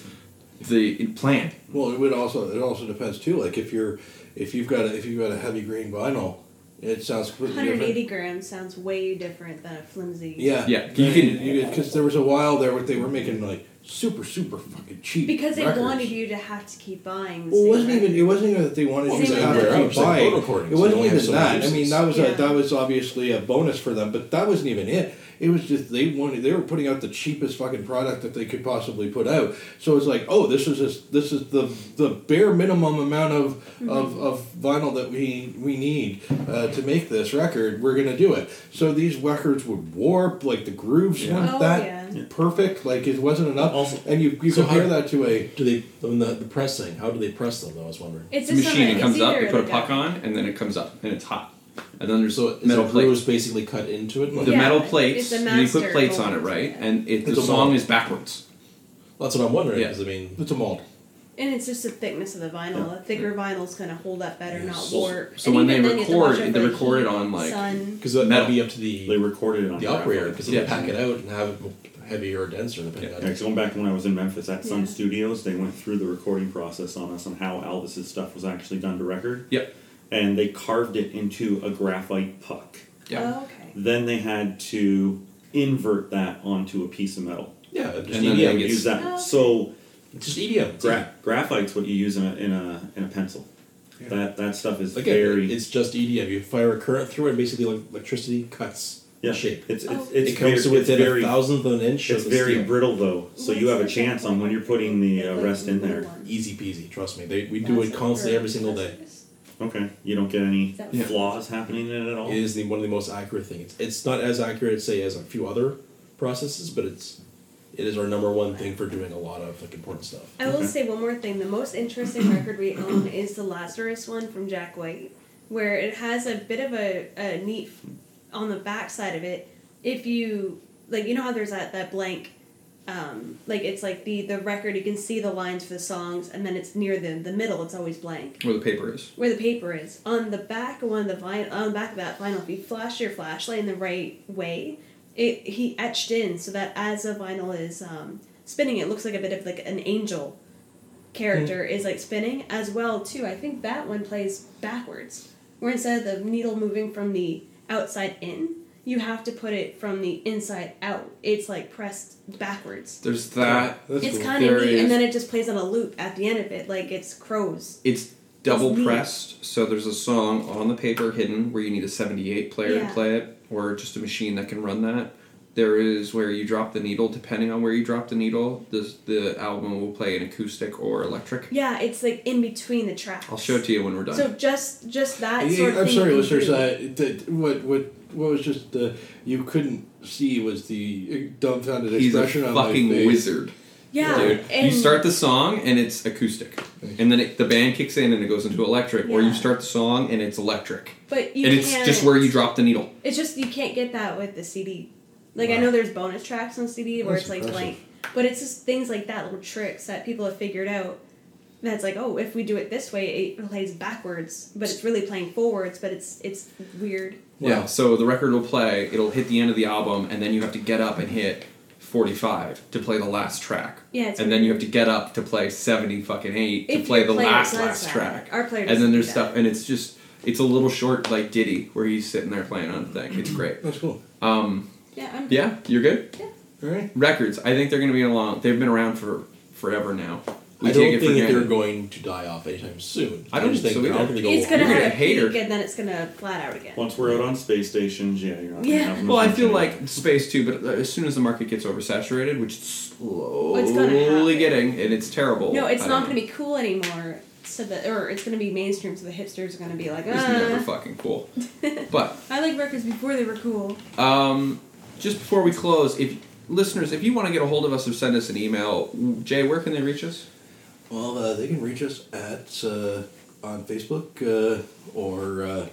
the plant. Well, it would also it also depends too. Like if you're if you've got a, if you've got a heavy grain vinyl, it sounds completely 180 different. grams sounds way different than a flimsy. Yeah, Yeah, you can- because there was a while there where they were making like super super fucking cheap Because they records. wanted you to have to keep buying. the Well, it same wasn't even record. it wasn't even that they wanted Well, you to because have they to were keep upside buying. photo recordings, It they wasn't only have even so many that. I mean, uses. that was Yeah. a, that was obviously a bonus for them, but that wasn't even it. It was just they wanted they were putting out the cheapest fucking product that they could possibly put out. So it's like, oh, this is just, this is the the bare minimum amount of Mm-hmm. of, of vinyl that we we need uh, to make this record. We're gonna do it. So these records would warp, like the grooves weren't Oh, that yeah. Yeah. perfect. Like it wasn't enough. Also- and you you So compare how- that to a do they when the, the pressing? How do they press them? Though I was wondering. It's It's a just machine. not- It comes it's up. either They put a like puck on, and then it comes up, and it's hot. And then there's So is metal the plates. grooves basically cut into it. Like, The Yeah, metal it's a plates. You master put plates on it, mold, right? yeah. And it, the It's a song mold. is backwards. That's what I'm wondering. Yeah. Because I mean, it's a mold. And it's just the thickness of the vinyl. A thicker vinyl's gonna hold up better, Yeah, not so- warp. so And when even they then, you have to record, watch out they for the record it heat, on, like- sun. because that'll Metal. be up to the They recorded it on the gravel. operator because they Yeah. can pack it out and have it heavier or denser depending Yeah. on. Yeah, 'cause going back to when I was in Memphis at Sun Yeah. Studios, they went through the recording process on us on how Elvis's stuff was actually done to record, Yep. and they carved it into a graphite puck. Yeah. Oh, okay. Then they had to invert that onto a piece of metal. Yeah, just E And then EDM. they get- Use that. Oh, okay. So It's just EDM. It's gra- graphite's what you use in a in a, in a pencil. That that stuff is Again, very E it's just EDM. You fire a current through it, and basically like electricity cuts Yeah, shape. It's it's, Oh. it's it comes very, to within it's very a thousandth of an inch. of it's the very steel. brittle though, so you have a chance on when you're putting the uh, rest in there. easy peasy. Trust me, they, we do it constantly every single day. Okay, you don't get any Yeah. flaws happening in it at all. It is the one of the most accurate things. It's not as accurate, say, as a few other processes, but it's it is our number one thing for doing a lot of like important stuff. I will Okay. say one more thing. The most interesting record we own is the Lazarus one from Jack White, where it has a bit of a, a neat f- on the back side of it. If you like, you know how there's that that blank, um, like it's like the the record. You can see the lines for the songs, and then it's near the the middle. It's always blank where the paper is. where the paper is on the back of one of the vine on the back of that vinyl if you flash your flashlight in the right way it he etched in so that as the vinyl is um, spinning it looks like a bit of like an angel character Hmm. is like spinning as well too i think that one plays backwards where instead of the needle moving from the outside in you have to put it from the inside out it's like pressed backwards There's that. That's it's cool. kind of There neat is- and then it just plays on a loop at the end of it like it's crows It's double It's neat. pressed, so there's a song on the paper hidden where you need a 78 player Yeah. to play it, or just a machine that can run that. There is where you drop the needle. Depending on where you drop the needle, this, the album will play an acoustic or electric. Yeah, it's like in between the tracks. I'll show it to you when we're done. So just just that Yeah, sort of I'm thing. sorry, you listeners. do. Uh, that what what what was just uh, you couldn't see was the dumbfounded He's a expression on my fucking face. wizard, yeah, dude. you And start the song and it's acoustic, and then it, the band kicks in and it goes into electric, or Yeah. you start the song and it's electric, but you and it's can't, just where you drop the needle. It's just you can't get that with the CD. Like I Wow. know there's bonus tracks on CD where That's it's like impressive. blank, but it's just things like that, little tricks that people have figured out. That's like, oh, if we do it this way, it plays backwards, but it's really playing forwards. But it's it's weird. Yeah, so the record will play, it'll hit the end of the album, and then you have to get up and hit 45 to play the last track. Yeah, it's and then you have to get up to play 70 fucking 8 to If you play the play last, the last last track. track. Our player and doesn't then do there's that. stuff, and it's just, it's a little short, like Diddy, where he's sitting there playing on a thing. It's great. That's cool. Um, Yeah, I'm yeah, you're good? All right. Records, I think they're going to be along, they've been around for forever now. We I don't take it for think that they're granted. going to die off anytime soon. I don't just think so they're- I don't either. think they'll It's gonna You're gonna have a hate her. peak and then it's gonna flat out again. Once we're out on space stations, yeah, you're not. Yeah. Gonna have Well, I much feel anyway. like space too, but uh, as soon as the market gets oversaturated, which it's slowly it's gonna happen. getting, and it's terrible. No, it's I not don't- going to be cool anymore. So that, or it's going to be mainstream. So the hipsters are going to be like, It was never ah, fucking cool. But I like records before they were cool. um, just before we close, if listeners, if you want to get a hold of us or send us an email, Jay, where can they reach us? Well, uh, they can reach us at uh, on Facebook uh, or uh,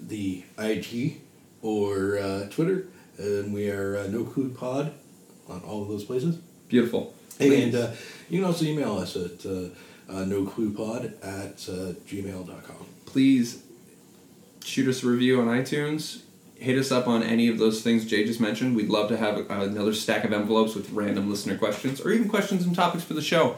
the IG or uh, Twitter, and we are uh, No Clue Pod on all of those places. Beautiful. And uh, you can also email us at uh, uh, nocluepod at uh, gmail.com. Please shoot us a review on iTunes. Hit us up on any of those things Jay just mentioned. We'd love to have uh, another stack of envelopes with random listener questions or even questions and topics for the show.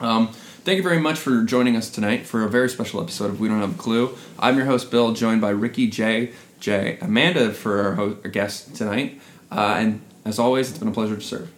Um, thank you very much for joining us tonight for a very special episode of We Don't Have a Clue. I'm your host, Bill, joined by Ricky, Jay, Jay, Amanda for our, ho- our guest tonight. Uh, and as always, it's been a pleasure to serve.